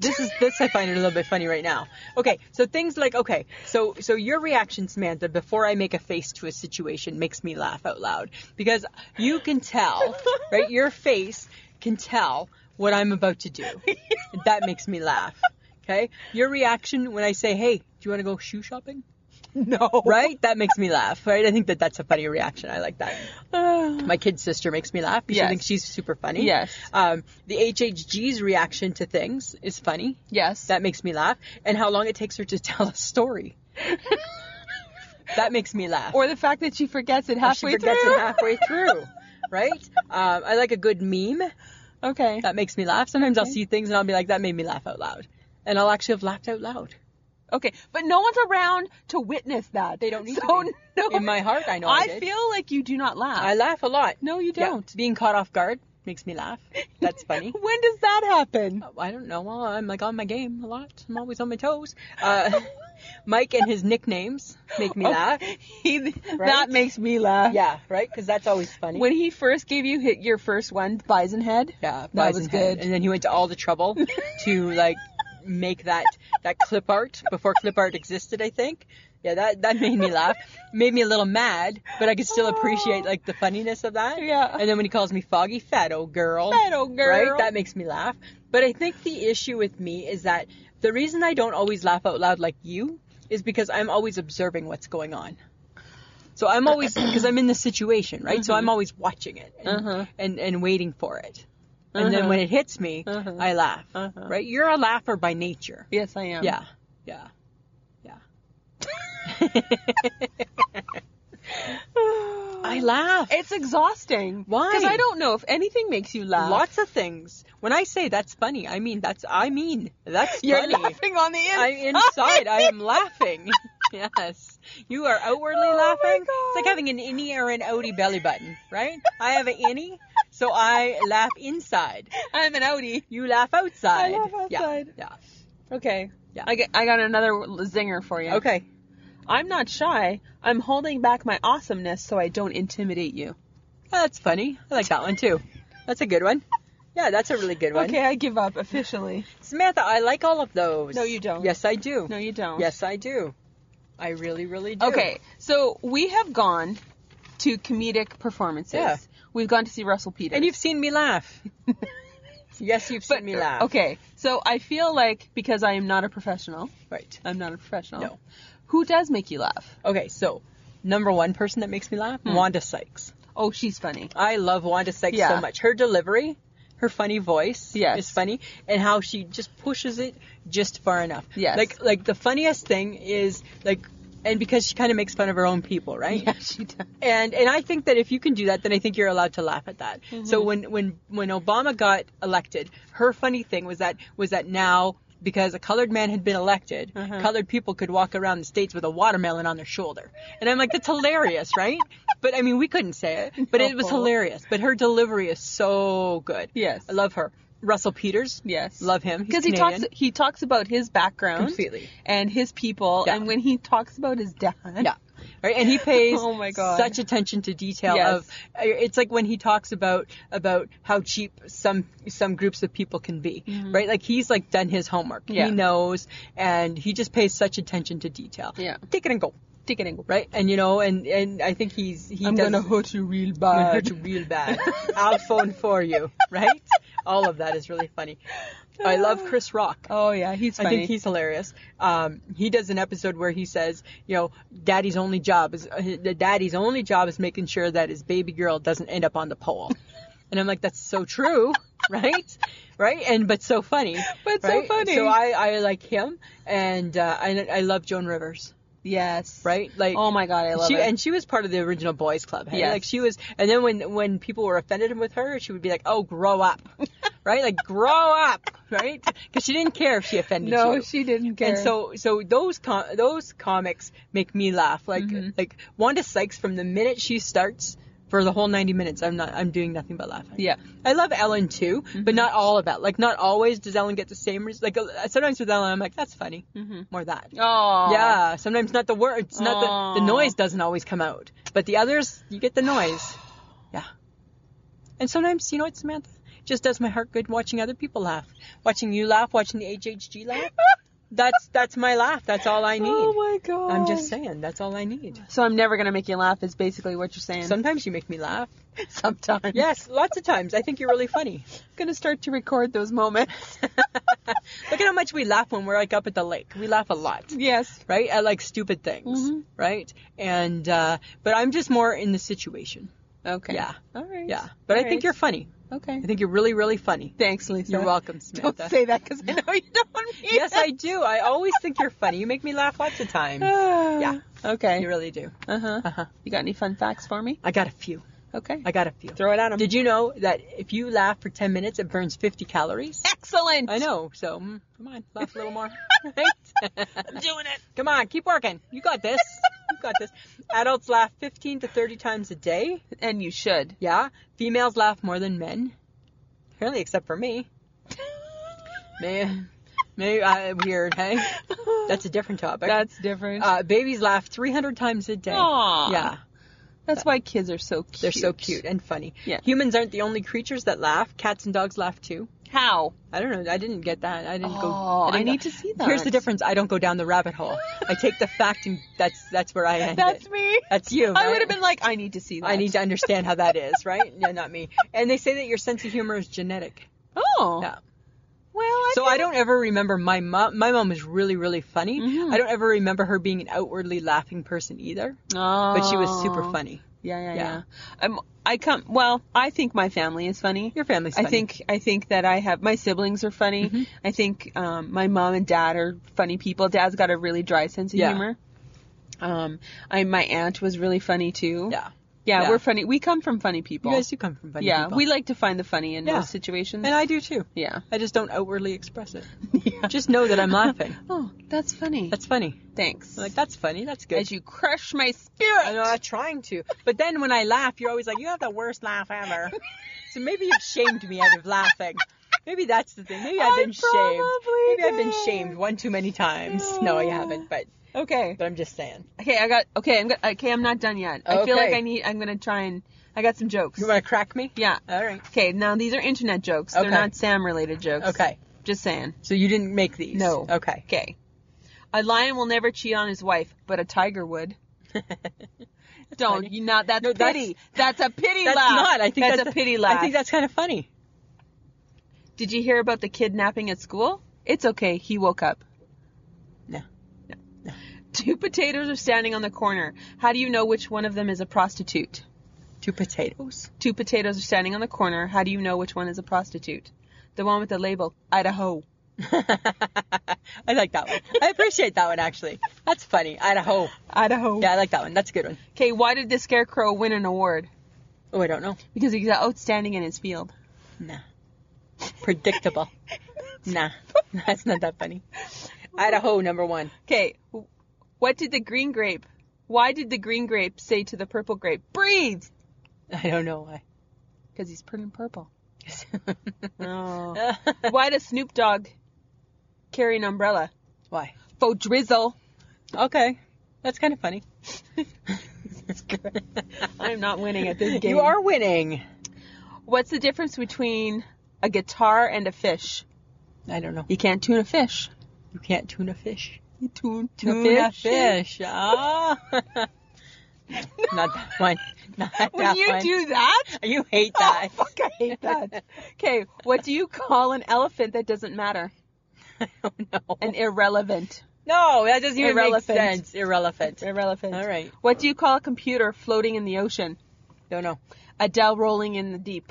S4: This is this I find it a little bit funny right now. Okay, so things like okay, so so your reaction, Samantha, before I make a face to a situation makes me laugh out loud because you can tell, right? Your face can tell what I'm about to do. That makes me laugh. Okay, your reaction when I say, "Hey, do you want to go shoe shopping?"
S3: No.
S4: Right? That makes me laugh. Right? I think that that's a funny reaction. I like that. My kid's sister makes me laugh because
S3: Yes.
S4: she thinks she's super funny.
S3: Yes.
S4: Um, the HHG's reaction to things is funny.
S3: Yes.
S4: That makes me laugh. And how long it takes her to tell a story. that makes me laugh.
S3: or the fact that she forgets it
S4: she
S3: halfway
S4: forgets
S3: through.
S4: it halfway through. Right? Um, I like a good meme.
S3: Okay.
S4: That makes me laugh. Sometimes I'll see things and I'll be like, that made me laugh out loud. And I'll actually have laughed out loud.
S3: Okay, but no one's around to witness that.
S4: They don't need
S3: so,
S4: to be.
S3: No,
S4: In my heart, I know I,
S3: I
S4: did.
S3: feel like you do not laugh.
S4: I laugh a lot.
S3: No, you
S4: Yeah,
S3: don't.
S4: Being caught off guard makes me laugh. That's funny.
S3: When does that happen?
S4: I don't know. Well, I'm like on my game a lot. I'm always on my toes. Uh, Oh. Mike and his nicknames make me laugh.
S3: He, That makes me laugh.
S4: Yeah, right? Because that's always funny.
S3: When he first gave you hit your first one, Bison Head.
S4: yeah,
S3: that was
S4: Bison Head.
S3: good.
S4: And then he went to all the trouble to like make that that clip art before clip art existed. I think. Yeah, that that made me laugh. Made me a little mad, but I could still appreciate like the funniness of that.
S3: Yeah.
S4: And then when he calls me foggy, fat old girl.
S3: Fat old girl.
S4: Right? That makes me laugh. But I think the issue with me is that the reason I don't always laugh out loud like you is because I'm always observing what's going on. So I'm always because I'm in the situation, right? So I'm always watching it and and, and waiting for it. And then when it hits me, I laugh. Right? You're a laugher by nature.
S3: Yes, I am.
S4: Yeah. Yeah. Yeah. I laugh.
S3: It's exhausting.
S4: Why?
S3: Because I don't know if anything makes you laugh.
S4: Lots of things. When I say that's funny, I mean that's I mean that's
S3: You're
S4: funny.
S3: laughing Oh on the inside.
S4: I'm inside. I am laughing. Yes. You are outwardly
S3: Oh my
S4: laughing. It's
S3: God.
S4: like having an innie or an outie belly button, right? I have an innie, so I laugh inside.
S3: I'm an outie.
S4: You laugh outside.
S3: I laugh
S4: Yeah,
S3: outside.
S4: Yeah.
S3: Okay.
S4: Yeah.
S3: I, got, I got another zinger for you.
S4: Okay.
S3: I'm not shy. I'm holding back my awesomeness so I don't intimidate you.
S4: That's funny. I like that one too. That's a good one. Yeah, that's a really good one.
S3: Okay, I give up officially.
S4: Samantha, I like all of those.
S3: No, you don't.
S4: Yes, I do.
S3: No, you don't.
S4: Yes, I do. I really, really do.
S3: Okay, so we have gone to comedic performances.
S4: Yeah.
S3: We've gone to see Russell Peters.
S4: And you've seen me laugh. yes, you've seen me laugh.
S3: Okay, so I feel like because I am not a professional,
S4: Right.
S3: I'm not a professional.
S4: No.
S3: Who does make you laugh?
S4: Okay, so number one person that makes me laugh, Wanda Sykes.
S3: Oh, she's funny.
S4: I love Wanda Sykes
S3: Yeah.
S4: so much. Her delivery, her funny voice
S3: Yes.
S4: is funny, and how she just pushes it just far enough.
S3: Yes.
S4: Like like the funniest thing is like and because she kind of makes fun of her own people, right?
S3: Yeah, she does.
S4: And and I think that if you can do that, then I think you're allowed to laugh at that.
S3: Mm-hmm.
S4: So when when when Obama got elected, her funny thing was that was that now because a colored man had been elected,
S3: Uh-huh.
S4: colored people could walk around the states with a watermelon on their shoulder. And I'm like, that's hilarious, right? But I mean, we couldn't say it, but it was
S3: No.
S4: hilarious. But her delivery is so good.
S3: Yes.
S4: I love her. Russell Peters.
S3: Yes.
S4: Love him.
S3: Because he talks he talks about his background
S4: Completely.
S3: and his people
S4: Yeah.
S3: and when he talks about his dad.
S4: Yeah. Right, and he pays
S3: Oh my God.
S4: such attention to detail.
S3: Yes.
S4: Of it's like when he talks about about how cheap some some groups of people can be, right? Like he's like done his homework.
S3: Mm-hmm. Yeah.
S4: He knows, and he just pays such attention to detail.
S3: Yeah.
S4: take it and go,
S3: Take it and go.
S4: right? And you know, and and I think he's he
S3: I'm
S4: does.
S3: gonna hurt you real
S4: I'm gonna
S3: bad.
S4: hurt you real bad. I'll phone for you, right? All of that is really funny. I love Chris Rock.
S3: Oh yeah, he's funny.
S4: I think he's hilarious. Um, he does an episode where he says, you know, daddy's only job is uh, the daddy's only job is making sure that his baby girl doesn't end up on the pole. and I'm like, that's so true, right? Right? And but so funny.
S3: But so
S4: right?
S3: funny.
S4: So I, I like him, and uh, I I love Joan Rivers,
S3: yes.
S4: right? Like
S3: Oh my god, I love
S4: she,
S3: it.
S4: And she was part of the original boys club. Hey?
S3: Yes.
S4: Like she was, and then when when people were offended with her, she would be like, "Oh, grow up," right? Like grow up, right? Because she didn't care if she offended you.
S3: no, she didn't care.
S4: And so, so those com- those comics make me laugh. Like
S3: Mm-hmm.
S4: like Wanda Sykes, from the minute she starts for the whole 90 minutes, I'm not I'm doing nothing but laughing.
S3: Yeah. Mm-hmm.
S4: I love Ellen too, but not all about. Like not always does Ellen get the same. Res- like uh, sometimes with Ellen, I'm like that's funny, more that.
S3: Mm-hmm. Oh
S4: Yeah, sometimes not the words, not the, the
S3: Aw.
S4: noise doesn't always come out, but the others you get the noise. Yeah, and sometimes you know what, Samantha, It just does my heart good watching other people laugh, watching you laugh, watching the HHG laugh. That's that's my laugh. That's all I need.
S3: Oh my god.
S4: I'm just saying, that's all I need.
S3: So I'm never gonna make you laugh is basically what you're saying.
S4: Sometimes you make me laugh.
S3: Sometimes.
S4: Yes, lots of times. I think you're really funny.
S3: I'm gonna start to record those moments.
S4: Look at how much we laugh when we're like up at the lake. We laugh a lot.
S3: yes.
S4: right? I like stupid things,
S3: Mm-hmm.
S4: right? And uh, but I'm just more in the situation.
S3: Okay.
S4: Yeah.
S3: All right.
S4: Yeah, but I
S3: All
S4: think
S3: right.
S4: you're funny.
S3: Okay.
S4: I think you're really, really funny.
S3: Thanks, Lisa.
S4: You're welcome,
S3: Don't
S4: Samantha.
S3: say that because I know you don't mean
S4: yes,
S3: it.
S4: I do. I always think you're funny. You make me laugh lots of times.
S3: Oh.
S4: yeah,
S3: Okay.
S4: you really do.
S3: Uh huh. You got any fun facts for me?
S4: I got a few.
S3: Okay.
S4: I got a few.
S3: Throw it at him.
S4: Did you know that if you laugh for 10 minutes, it burns 50 calories?
S3: Excellent.
S4: I know. So mm, come on, laugh a little more. right?
S5: I'm doing it.
S4: Come on, keep working. You got this. You got this. Adults laugh 15 to 30 times a day.
S3: And you should.
S4: Yeah. Females laugh more than men. Apparently, except for me. Man, maybe I, weird, hey? That's a different topic.
S3: That's different.
S4: uh, babies laugh 300 times a day.
S3: Aw.
S4: Yeah.
S3: That's why kids are so cute.
S4: They're so cute and funny.
S3: Yeah.
S4: Humans aren't the only creatures that laugh. Cats and dogs laugh too.
S3: How?
S4: I don't know. I didn't get that. I didn't go.
S3: Oh, I
S4: didn't
S3: need
S4: go-
S3: to see
S4: Here's
S3: that.
S4: the difference. I don't go down the rabbit hole. I take the fact, and that's that's where I end.
S3: That's
S4: it.
S3: me.
S4: That's you.
S3: I
S4: right?
S3: would have been like, I need to see that.
S4: I need to understand how that is, right? Yeah, not me. And they say that your sense of humor is genetic.
S3: Oh.
S4: Yeah.
S3: Well, I
S4: So I don't ever remember my mom. My mom was really, really funny.
S3: Mm-hmm.
S4: I don't ever remember her being an outwardly laughing person either,
S3: Oh.
S4: but she was super funny.
S3: Yeah, yeah,
S4: Yeah.
S3: yeah. I'm, I come. Well, I think my family is funny.
S4: Your family's funny. Mm-hmm.
S3: I think I think that I have my siblings are funny. I think um, my mom and dad are funny people. Dad's got a really dry sense of
S4: Yeah.
S3: humor. Um, I my aunt was really funny too.
S4: Yeah.
S3: yeah,
S4: Yeah.
S3: we're funny. We come from funny people.
S4: You guys do come from funny
S3: yeah,
S4: people.
S3: we like to find the funny in
S4: Yeah.
S3: most situations.
S4: and I do too.
S3: yeah.
S4: I just don't outwardly express it. Just know that I'm laughing.
S3: Oh, that's funny.
S4: That's funny.
S3: Thanks.
S4: I'm like that's funny. That's good.
S3: As you crush my
S4: I'm
S3: spirit.
S4: not trying to. But then when I laugh, you're always like, you have the worst laugh ever. so maybe you've shamed me out of laughing. Maybe that's the thing. Maybe I've
S3: I
S4: been shamed.
S3: probably
S4: Maybe I've been
S3: did.
S4: shamed one too many times. No, I haven't. But
S3: okay.
S4: but I'm just saying.
S3: Okay, I got. Okay, I'm. go- Okay, I'm not done yet. I feel
S4: Okay.
S3: like I need. I'm gonna try and. I got some jokes.
S4: You want to crack me?
S3: Yeah.
S4: All right.
S3: Okay, now these are internet jokes. They're
S4: Okay.
S3: not Sam related jokes.
S4: Okay.
S3: Just saying.
S4: So you didn't make these?
S3: No.
S4: Okay.
S3: Okay. A lion will never cheat on his wife, but a tiger would. Don't you not that's
S4: No, that's-
S3: pity. That's, a pity
S4: That's
S3: laugh.
S4: not. I think that's,
S3: a pity laugh.
S4: I think that's kind of funny.
S3: Did you hear about the kidnapping at school? It's okay. He woke up.
S4: No.
S3: Two potatoes are standing on the corner. How do you know which one of them is a prostitute?
S4: Two potatoes.
S3: Two potatoes are standing on the corner. How do you know which one is a prostitute? The one with the label Idaho.
S4: I like that one. I appreciate that one actually. That's funny. Idaho.
S3: Idaho.
S4: Yeah, I like that one. That's a good one.
S3: Okay, why did the scarecrow win an award?
S4: Oh, I don't know.
S3: Because he's outstanding in his field.
S4: Nah. Predictable. nah. That's not that funny. Idaho number one.
S3: Okay, wh- what did the green grape? Why did the green grape say to the purple grape, "Breathe"?
S4: I don't know why.
S3: Because he's pretty purple. Oh. why does Snoop Dogg carry an umbrella?
S4: why?
S3: Faux drizzle.
S4: Okay. That's kind of funny.
S3: I'm not winning at this game.
S4: You are winning.
S3: What's the difference between a guitar and a fish?
S4: I don't know.
S3: You can't tune a fish.
S4: You can't tune a fish.
S3: You tune
S4: Tuna fish. Ah. Not that one. Not that
S3: When you
S4: one.
S3: do that,
S4: you hate that.
S3: Oh, fuck, I hate that. Okay, what do you call an elephant that doesn't matter?
S4: Oh, no.
S3: An irrelevant.
S4: No, that doesn't even
S3: Irrelevant.
S4: make sense. Irrelevant.
S3: Irrelevant.
S4: All right.
S3: What do you call a computer floating in the ocean?
S4: Don't know.
S3: Adele rolling in the deep.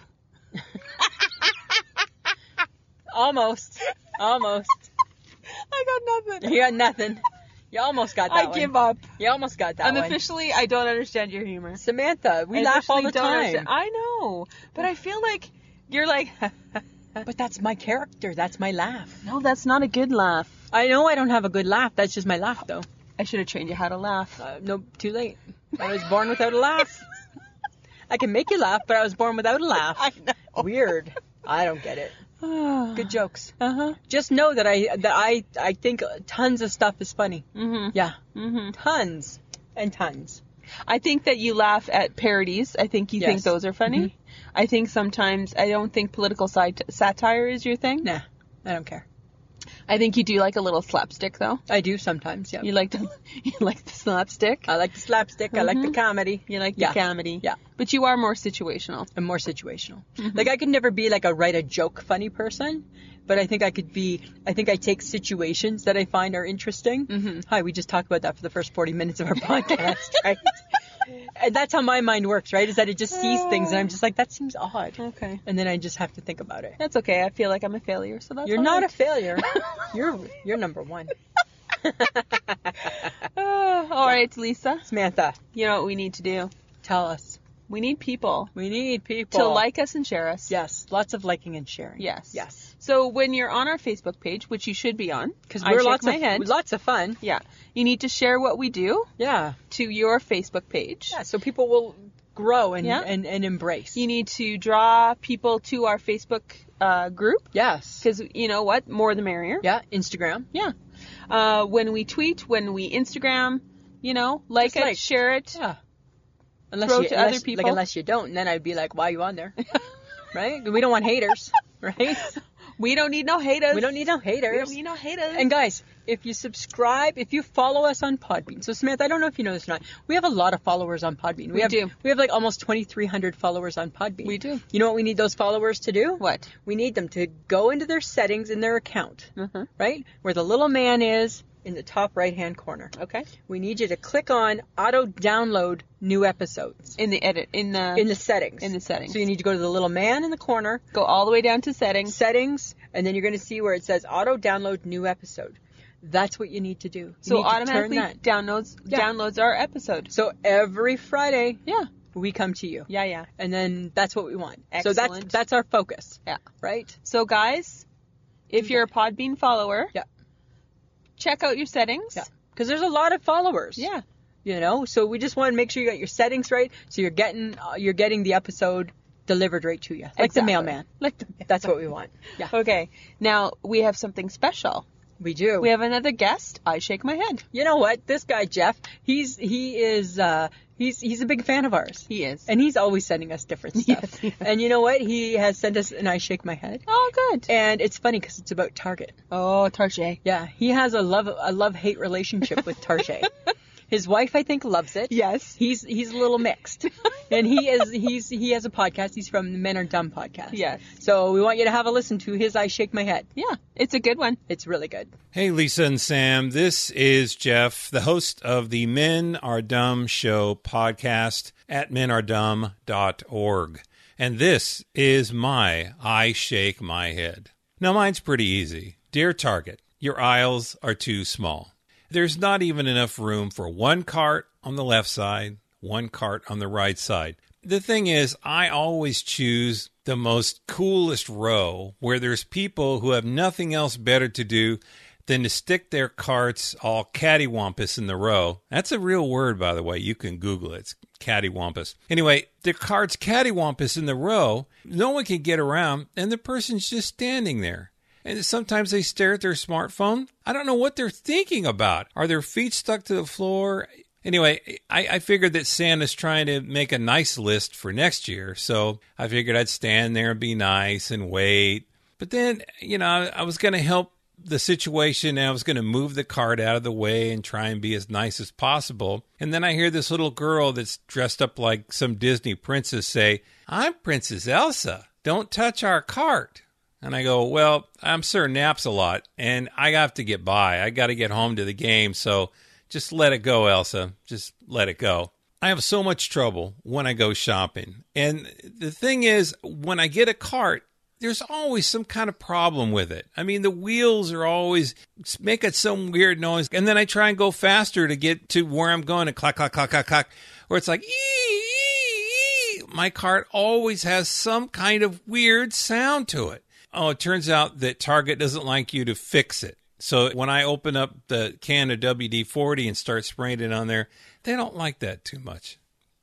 S4: Almost. Almost.
S3: I got nothing.
S4: You got nothing. You almost got that
S3: I
S4: one.
S3: give up.
S4: You almost got that
S3: I'm
S4: one.
S3: officially, I don't understand your humor.
S4: Samantha, we
S3: I
S4: laugh all
S3: officially
S4: the
S3: don't
S4: time.
S3: understand- I know, but I feel like you're like,
S4: But that's my character. That's my laugh.
S3: no, that's not a good laugh.
S4: I know I don't have a good laugh. That's just my laugh, though.
S3: I should have trained you how to laugh.
S4: Uh, no, too late. I was born without a laugh. I can make you laugh, but I was born without a laugh. Weird. I don't get it. Good jokes.
S3: Uh huh.
S4: Just know that I that I I think tons of stuff is funny.
S3: Mm-hmm.
S4: Yeah,
S3: Mm-hmm.
S4: tons and tons.
S3: I think that you laugh at parodies. I think you think
S4: Yes.
S3: those are funny. I think sometimes I don't think political sat- satire is your thing.
S4: Nah, I don't care.
S3: I think you do like a little slapstick though.
S4: I do sometimes. Yeah.
S3: You like to you like the slapstick.
S4: I like the slapstick. I
S3: Mm-hmm.
S4: like the comedy.
S3: you like
S4: yeah.
S3: the comedy.
S4: Yeah.
S3: But you are more situational.
S4: I'm more situational.
S3: Mm-hmm.
S4: Like I could never be like a write a joke funny person, but I think I could be. I think I take situations that I find are interesting.
S3: Mm-hmm.
S4: Hi, we just talked about that for the first 40 minutes of our podcast, right? And that's how my mind works, right? Is that it just sees things and I'm just like, that seems odd,
S3: Okay.
S4: and then I just have to think about it.
S3: That's okay. I feel like I'm a failure, so that's
S4: You're
S3: all
S4: not a
S3: right.
S4: failure. you're you're number one,
S3: Ah, all right, Lisa.
S4: Samantha.
S3: You know what we need to do?
S4: Tell us.
S3: We need people
S4: We need people
S3: to like us and share us.
S4: Yes, lots of liking and sharing.
S3: Yes.
S4: Yes.
S3: So when you're on our Facebook page, which you should be on,
S4: Because
S3: I
S4: we're
S3: shook
S4: lots
S3: my
S4: of
S3: head.
S4: lots of fun.
S3: yeah, you need to share what we do
S4: Yeah.
S3: to your Facebook page.
S4: Yeah. So people will grow and
S3: Yeah.
S4: and, and embrace.
S3: You need to draw people to our Facebook uh, group
S4: yes.
S3: because you know what, more the merrier.
S4: Yeah. Instagram.
S3: Yeah. Uh, when we tweet, when we Instagram, you know, like
S4: Just
S3: it,
S4: like-
S3: share it.
S4: Yeah. Unless
S3: Throw
S4: you,
S3: to other
S4: unless,
S3: people.
S4: Like unless you don't, and then I'd be like, why are you on there? right? We don't want haters. Right?
S3: We don't need no haters.
S4: We don't need no haters.
S3: We don't need no haters.
S4: And guys, if you subscribe, if you follow us on Podbean, so Samantha, I don't know if you know this or not, we have a lot of followers on Podbean. We, have,
S3: do.
S4: We have like almost 2,300 followers on Podbean.
S3: We do.
S4: You know what we need those followers to do?
S3: What?
S4: We need them to go into their settings in their account,
S3: Mhm.
S4: right? Where the little man is in the top right hand corner.
S3: okay.
S4: We need you to click on auto download new episodes
S3: In the edit, in the
S4: in the settings.
S3: In the settings.
S4: So you need to go to the little man in the corner,
S3: go all the way down to settings.
S4: settings, and then you're going to see where it says auto download new episode. That's what you need to do. You
S3: So
S4: need to turn
S3: automatically
S4: that.
S3: downloads
S4: Yeah.
S3: downloads our episode.
S4: So every Friday
S3: Yeah.
S4: we come to you.
S3: Yeah, yeah.
S4: And then that's what we want. So that's
S3: Excellent.
S4: that's our focus,
S3: Yeah.
S4: right?
S3: So guys, if you're a Podbean follower,
S4: Yeah.
S3: check out your settings.
S4: Yeah. Because there's a lot of followers.
S3: Yeah.
S4: You know, so we just want to make sure you got your settings right, so you're getting uh, you're getting the episode delivered right to you, like the
S3: Exactly.
S4: mailman.
S3: Like the
S4: That's what we want. Yeah,
S3: Okay. Now we have something special.
S4: we do.
S3: We have another guest. I shake my head.
S4: you know what? This guy Jeff, he's he is uh, he's he's a big fan of ours.
S3: He is.
S4: and he's always sending us different stuff.
S3: Yes, he is.
S4: And you know what? He has sent us, and I shake my head.
S3: oh good.
S4: And it's funny because it's about Target.
S3: oh Tarjay.
S4: Yeah, he has a love a love hate relationship with Target. His wife, I think, loves it.
S3: Yes.
S4: he's he's a little mixed, and he is he's he has a podcast. He's from the Men Are Dumb podcast.
S3: Yes.
S4: So we want you to have a listen to his. I shake my head.
S3: Yeah. It's a good one.
S4: It's really good.
S6: Hey, Lisa and Sam. This is Jeff, the host of the Men Are Dumb Show podcast at menardumb.org. And this is my I Shake My Head. Now, mine's pretty easy. Dear Target, your aisles are too small. There's not even enough room for one cart on the left side, one cart on the right side. The thing is, I always choose the most coolest row where there's people who have nothing else better to do than to stick their carts all cattywampus in the row. That's a real word, by the way. You can Google it. It's cattywampus. Anyway, the cart's cattywampus in the row. No one can get around, and the person's just standing there. And sometimes they stare at their smartphone. I don't know what they're thinking about. Are their feet stuck to the floor? Anyway, I, I figured that Santa's trying to make a nice list for next year. So I figured I'd stand there and be nice and wait. But then, you know, I, I was going to help the situation and I was going to move the cart out of the way and try and be as nice as possible. And then I hear this little girl that's dressed up like some Disney princess say, I'm Princess Elsa. Don't touch our cart. And I go, well, I'm Sir Naps a lot, and I have to get by. I got to get home to the game, so just let it go, Elsa. Just let it go. I have so much trouble when I go shopping. And the thing is, when I get a cart, there's always some kind of problem with it. I mean, the wheels are always making some weird noise, and then I try and go faster to get to where I'm going, and clack, clack, clack, clack, clack, or it's like, ee, ee, ee. my cart always has some kind of weird sound to it. Oh, it turns out that Target doesn't like you to fix it. So when I open up the can of WD 40 and start spraying it on there, they don't like that too much.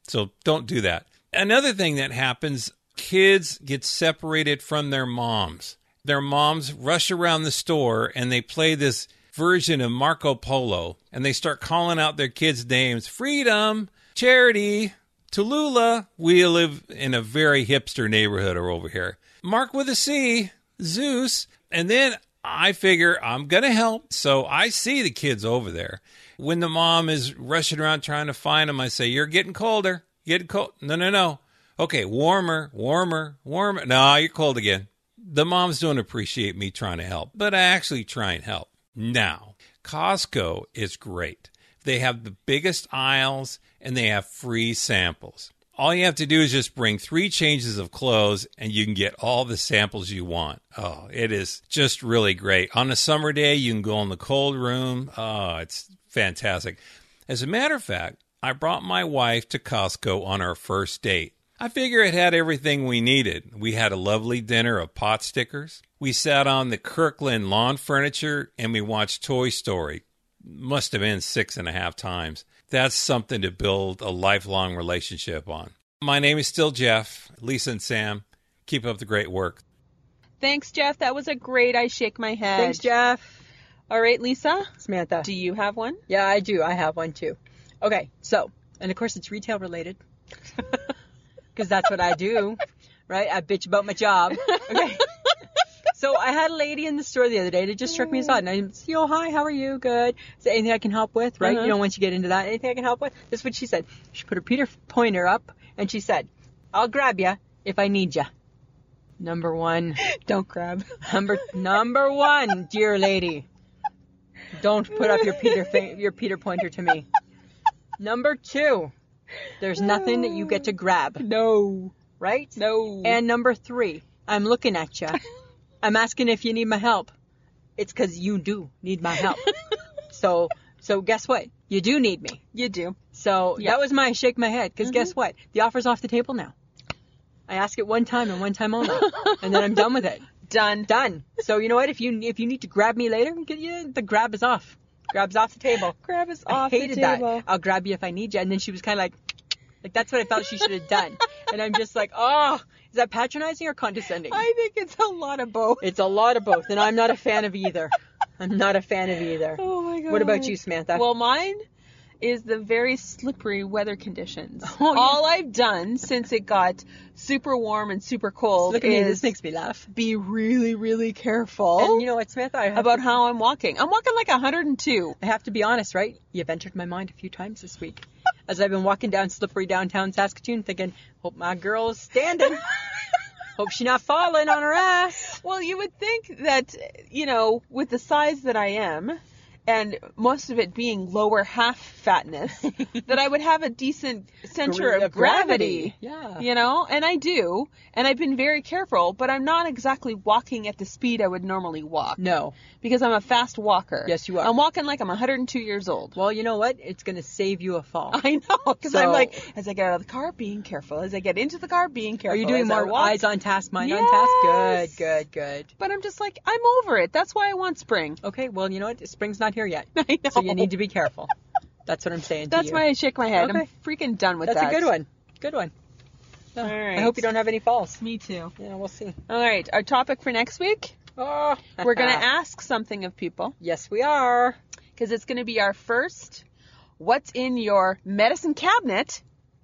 S6: So don't do that. Another thing that happens kids get separated from their moms. Their moms rush around the store and they play this version of Marco Polo and they start calling out their kids' names Freedom, Charity, Tulula. We live in a very hipster neighborhood over here. Mark with a C, Zeus. And then I figure I'm going to help. So I see the kids over there. When the mom is rushing around trying to find them, I say, You're getting colder. Getting cold. No, no, no. Okay, warmer, warmer, warmer. No, you're cold again. The moms don't appreciate me trying to help, but I actually try and help. Now, Costco is great. They have the biggest aisles and they have free samples. All you have to do is just bring three changes of clothes and you can get all the samples you want. Oh, it is just really great. On a summer day, you can go in the cold room. Oh, it's fantastic. As a matter of fact, I brought my wife to Costco on our first date. I figure it had everything we needed. We had a lovely dinner of pot stickers. We sat on the Kirkland lawn furniture and we watched Toy Story. Must have been six and a half times. That's something to build a lifelong relationship on. My name is still Jeff. Lisa and Sam, keep up the great work.
S3: Thanks, Jeff. That was a great I shake my head.
S4: Thanks, Jeff.
S3: All right, Lisa.
S4: Samantha.
S3: Do you have one?
S4: Yeah, I do. I have one too. Okay, so, and of course it's retail related because that's what I do, right? I bitch about my job. Okay. So I had a lady in the store the other day that just struck me as odd, and I said, "Oh, hi, how are you? Good. Is there anything I can help with? Right? You know, once you get into that, anything I can help with? This is what she said. She put her Peter pointer up, and she said, "I'll grab ya if I need ya." Number one,
S3: Don't grab.
S4: number number one, dear lady, don't put up your Peter fa- your Peter pointer to me. Number two, there's nothing that you get to grab,
S3: No.
S4: right?
S3: No.
S4: And number three, I'm looking at you. I'm asking if you need my help. It's 'cause you do need my help. so, so guess what? You do need me.
S3: you do.
S4: So that was my shake my head. 'Cause guess
S3: Mm-hmm.
S4: what? The offer's off the table now. I ask it one time and one time only, and then I'm done with it.
S3: Done.
S4: Done. So you know what? If you if you need to grab me later, get you, the grab is off. Grab's off the table.
S3: Grab is
S4: I
S3: off
S4: hated
S3: the table.
S4: that. I'll grab you if I need you. And then she was kind of like, like that's what I felt she should have done. And I'm just like, oh, is that patronizing or condescending?
S3: I think it's a lot of both.
S4: It's a lot of both, and I'm not a fan of either. I'm not a fan of either.
S3: Oh my god.
S4: What about you, Samantha?
S3: Well, mine is the very slippery weather conditions.
S4: Oh, yeah.
S3: All I've done since it got super warm and super cold
S4: look at me.
S3: is
S4: This makes me laugh.
S3: be really, really careful
S4: And you know what, Samantha? I have,
S3: about how I'm walking. I'm walking like 102.
S4: I have to be honest, right? You've entered my mind a few times this week. As I've been walking down slippery downtown Saskatoon, thinking, hope my girl's standing. hope she not falling on her ass.
S3: Well, you would think that, you know, with the size that I am, and most of it being lower half fatness, that I would have a decent center
S4: Gre-
S3: of gravity.
S4: gravity. Yeah.
S3: You know, and I do, and I've been very careful, but I'm not exactly walking at the speed I would normally walk.
S4: No.
S3: Because I'm a fast walker.
S4: Yes, you are.
S3: I'm walking like I'm 102 years old.
S4: Well, you know what? It's gonna save you a fall.
S3: I know, because I'm
S4: So-
S3: like, as I get out of the car, being careful. As I get into the car, being careful.
S4: Are you doing
S3: as I
S4: more
S3: walk-
S4: eyes on task, mind on
S3: Yes.
S4: task? Good, good, good.
S3: But I'm just like, I'm over it. That's why I want spring.
S4: Okay, well, you know what? Spring's not here yet.
S3: I know.
S4: So you need to be careful. That's what I'm saying to
S3: That's
S4: you.
S3: why I shake my head. I'm
S4: Okay.
S3: freaking done with
S4: That's
S3: that. Oh,
S4: a good one. Good one.
S3: All right.
S4: I hope you don't have any falls.
S3: Me too.
S4: Yeah, we'll see.
S3: All right. Our topic for next week,
S4: Oh,
S3: we're going to ask something of people
S4: Yes, we are.
S3: because it's going to be our first What's in Your Medicine Cabinet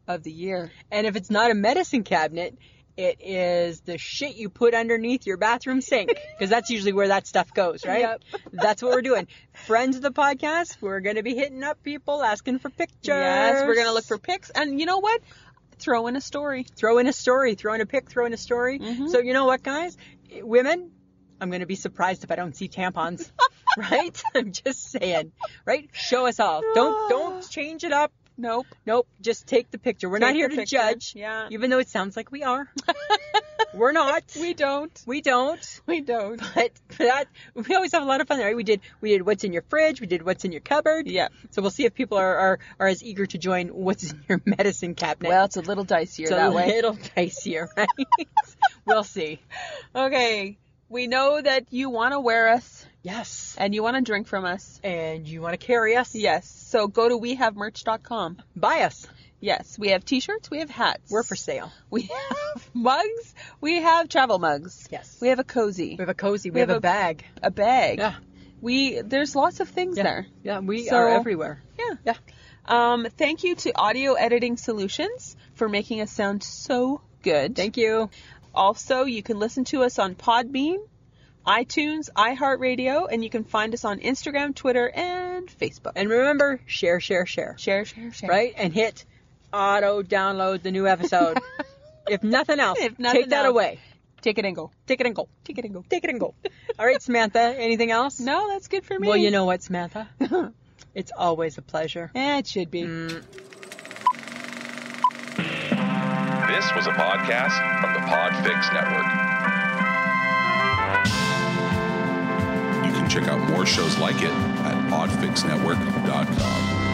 S3: of the Year.
S4: And if it's not a medicine cabinet, it is the shit you put underneath your bathroom sink because that's usually where that stuff goes, right?
S3: Yep.
S4: That's what we're doing. Friends of the podcast, we're going to be hitting up people asking for pictures.
S3: Yes, we're going to look for pics. And you know what? Throw in a story.
S4: throw in a story, throw in a pic, throw in a story.
S3: Mm-hmm.
S4: So you know what, guys, women, I'm gonna be surprised if I don't see tampons, right? I'm just saying, right? Show us all. Don't
S3: Ah.
S4: don't change it up.
S3: Nope.
S4: Nope, just take the picture. We're
S3: Take
S4: not here
S3: the
S4: to
S3: picture.
S4: judge,
S3: Yeah.
S4: even though it sounds like we are. We're not.
S3: We don't.
S4: We don't.
S3: We don't.
S4: But that we always have a lot of fun, right? We did we did what's in your fridge, we did what's in your cupboard.
S3: Yeah.
S4: So we'll see if people are are, are as eager to join what's in your medicine cabinet.
S3: Well, it's a little dicier
S4: it's a
S3: that way.
S4: little dicier, right? we'll see.
S3: Okay. We know that you want to wear us
S4: Yes.
S3: and you want to drink from us.
S4: And you want to carry us?
S3: Yes. So go to wehavemerch.com.
S4: Buy us.
S3: Yes, we have t-shirts, we have hats.
S4: We're for sale.
S3: We have mugs, we have travel mugs.
S4: Yes.
S3: We have a cozy.
S4: We have a cozy. We,
S3: We
S4: have,
S3: have
S4: a, bag.
S3: a bag.
S4: Yeah.
S3: We there's lots of things
S4: Yeah.
S3: there.
S4: Yeah. We
S3: So-
S4: are everywhere.
S3: Yeah.
S4: Yeah.
S3: Um thank you to Audio Editing Solutions for making us sound so good.
S4: Thank you.
S3: Also, you can listen to us on Podbean, iTunes, iHeartRadio, and you can find us on Instagram, Twitter, and Facebook.
S4: And remember, share, share, share.
S3: share, share, share.
S4: Right? And hit auto download the new episode. if nothing else,
S3: If nothing
S4: take that
S3: else.
S4: away.
S3: Take it and go.
S4: Take it and go.
S3: Take it and go.
S4: Take it and go. All right, Samantha. Anything else?
S3: No, that's good for me.
S4: Well, you know what, Samantha? it's always a pleasure.
S3: Eh, it should be.
S7: This was a podcast from the Podfix Network. You can check out more shows like it at podfixnetwork.com.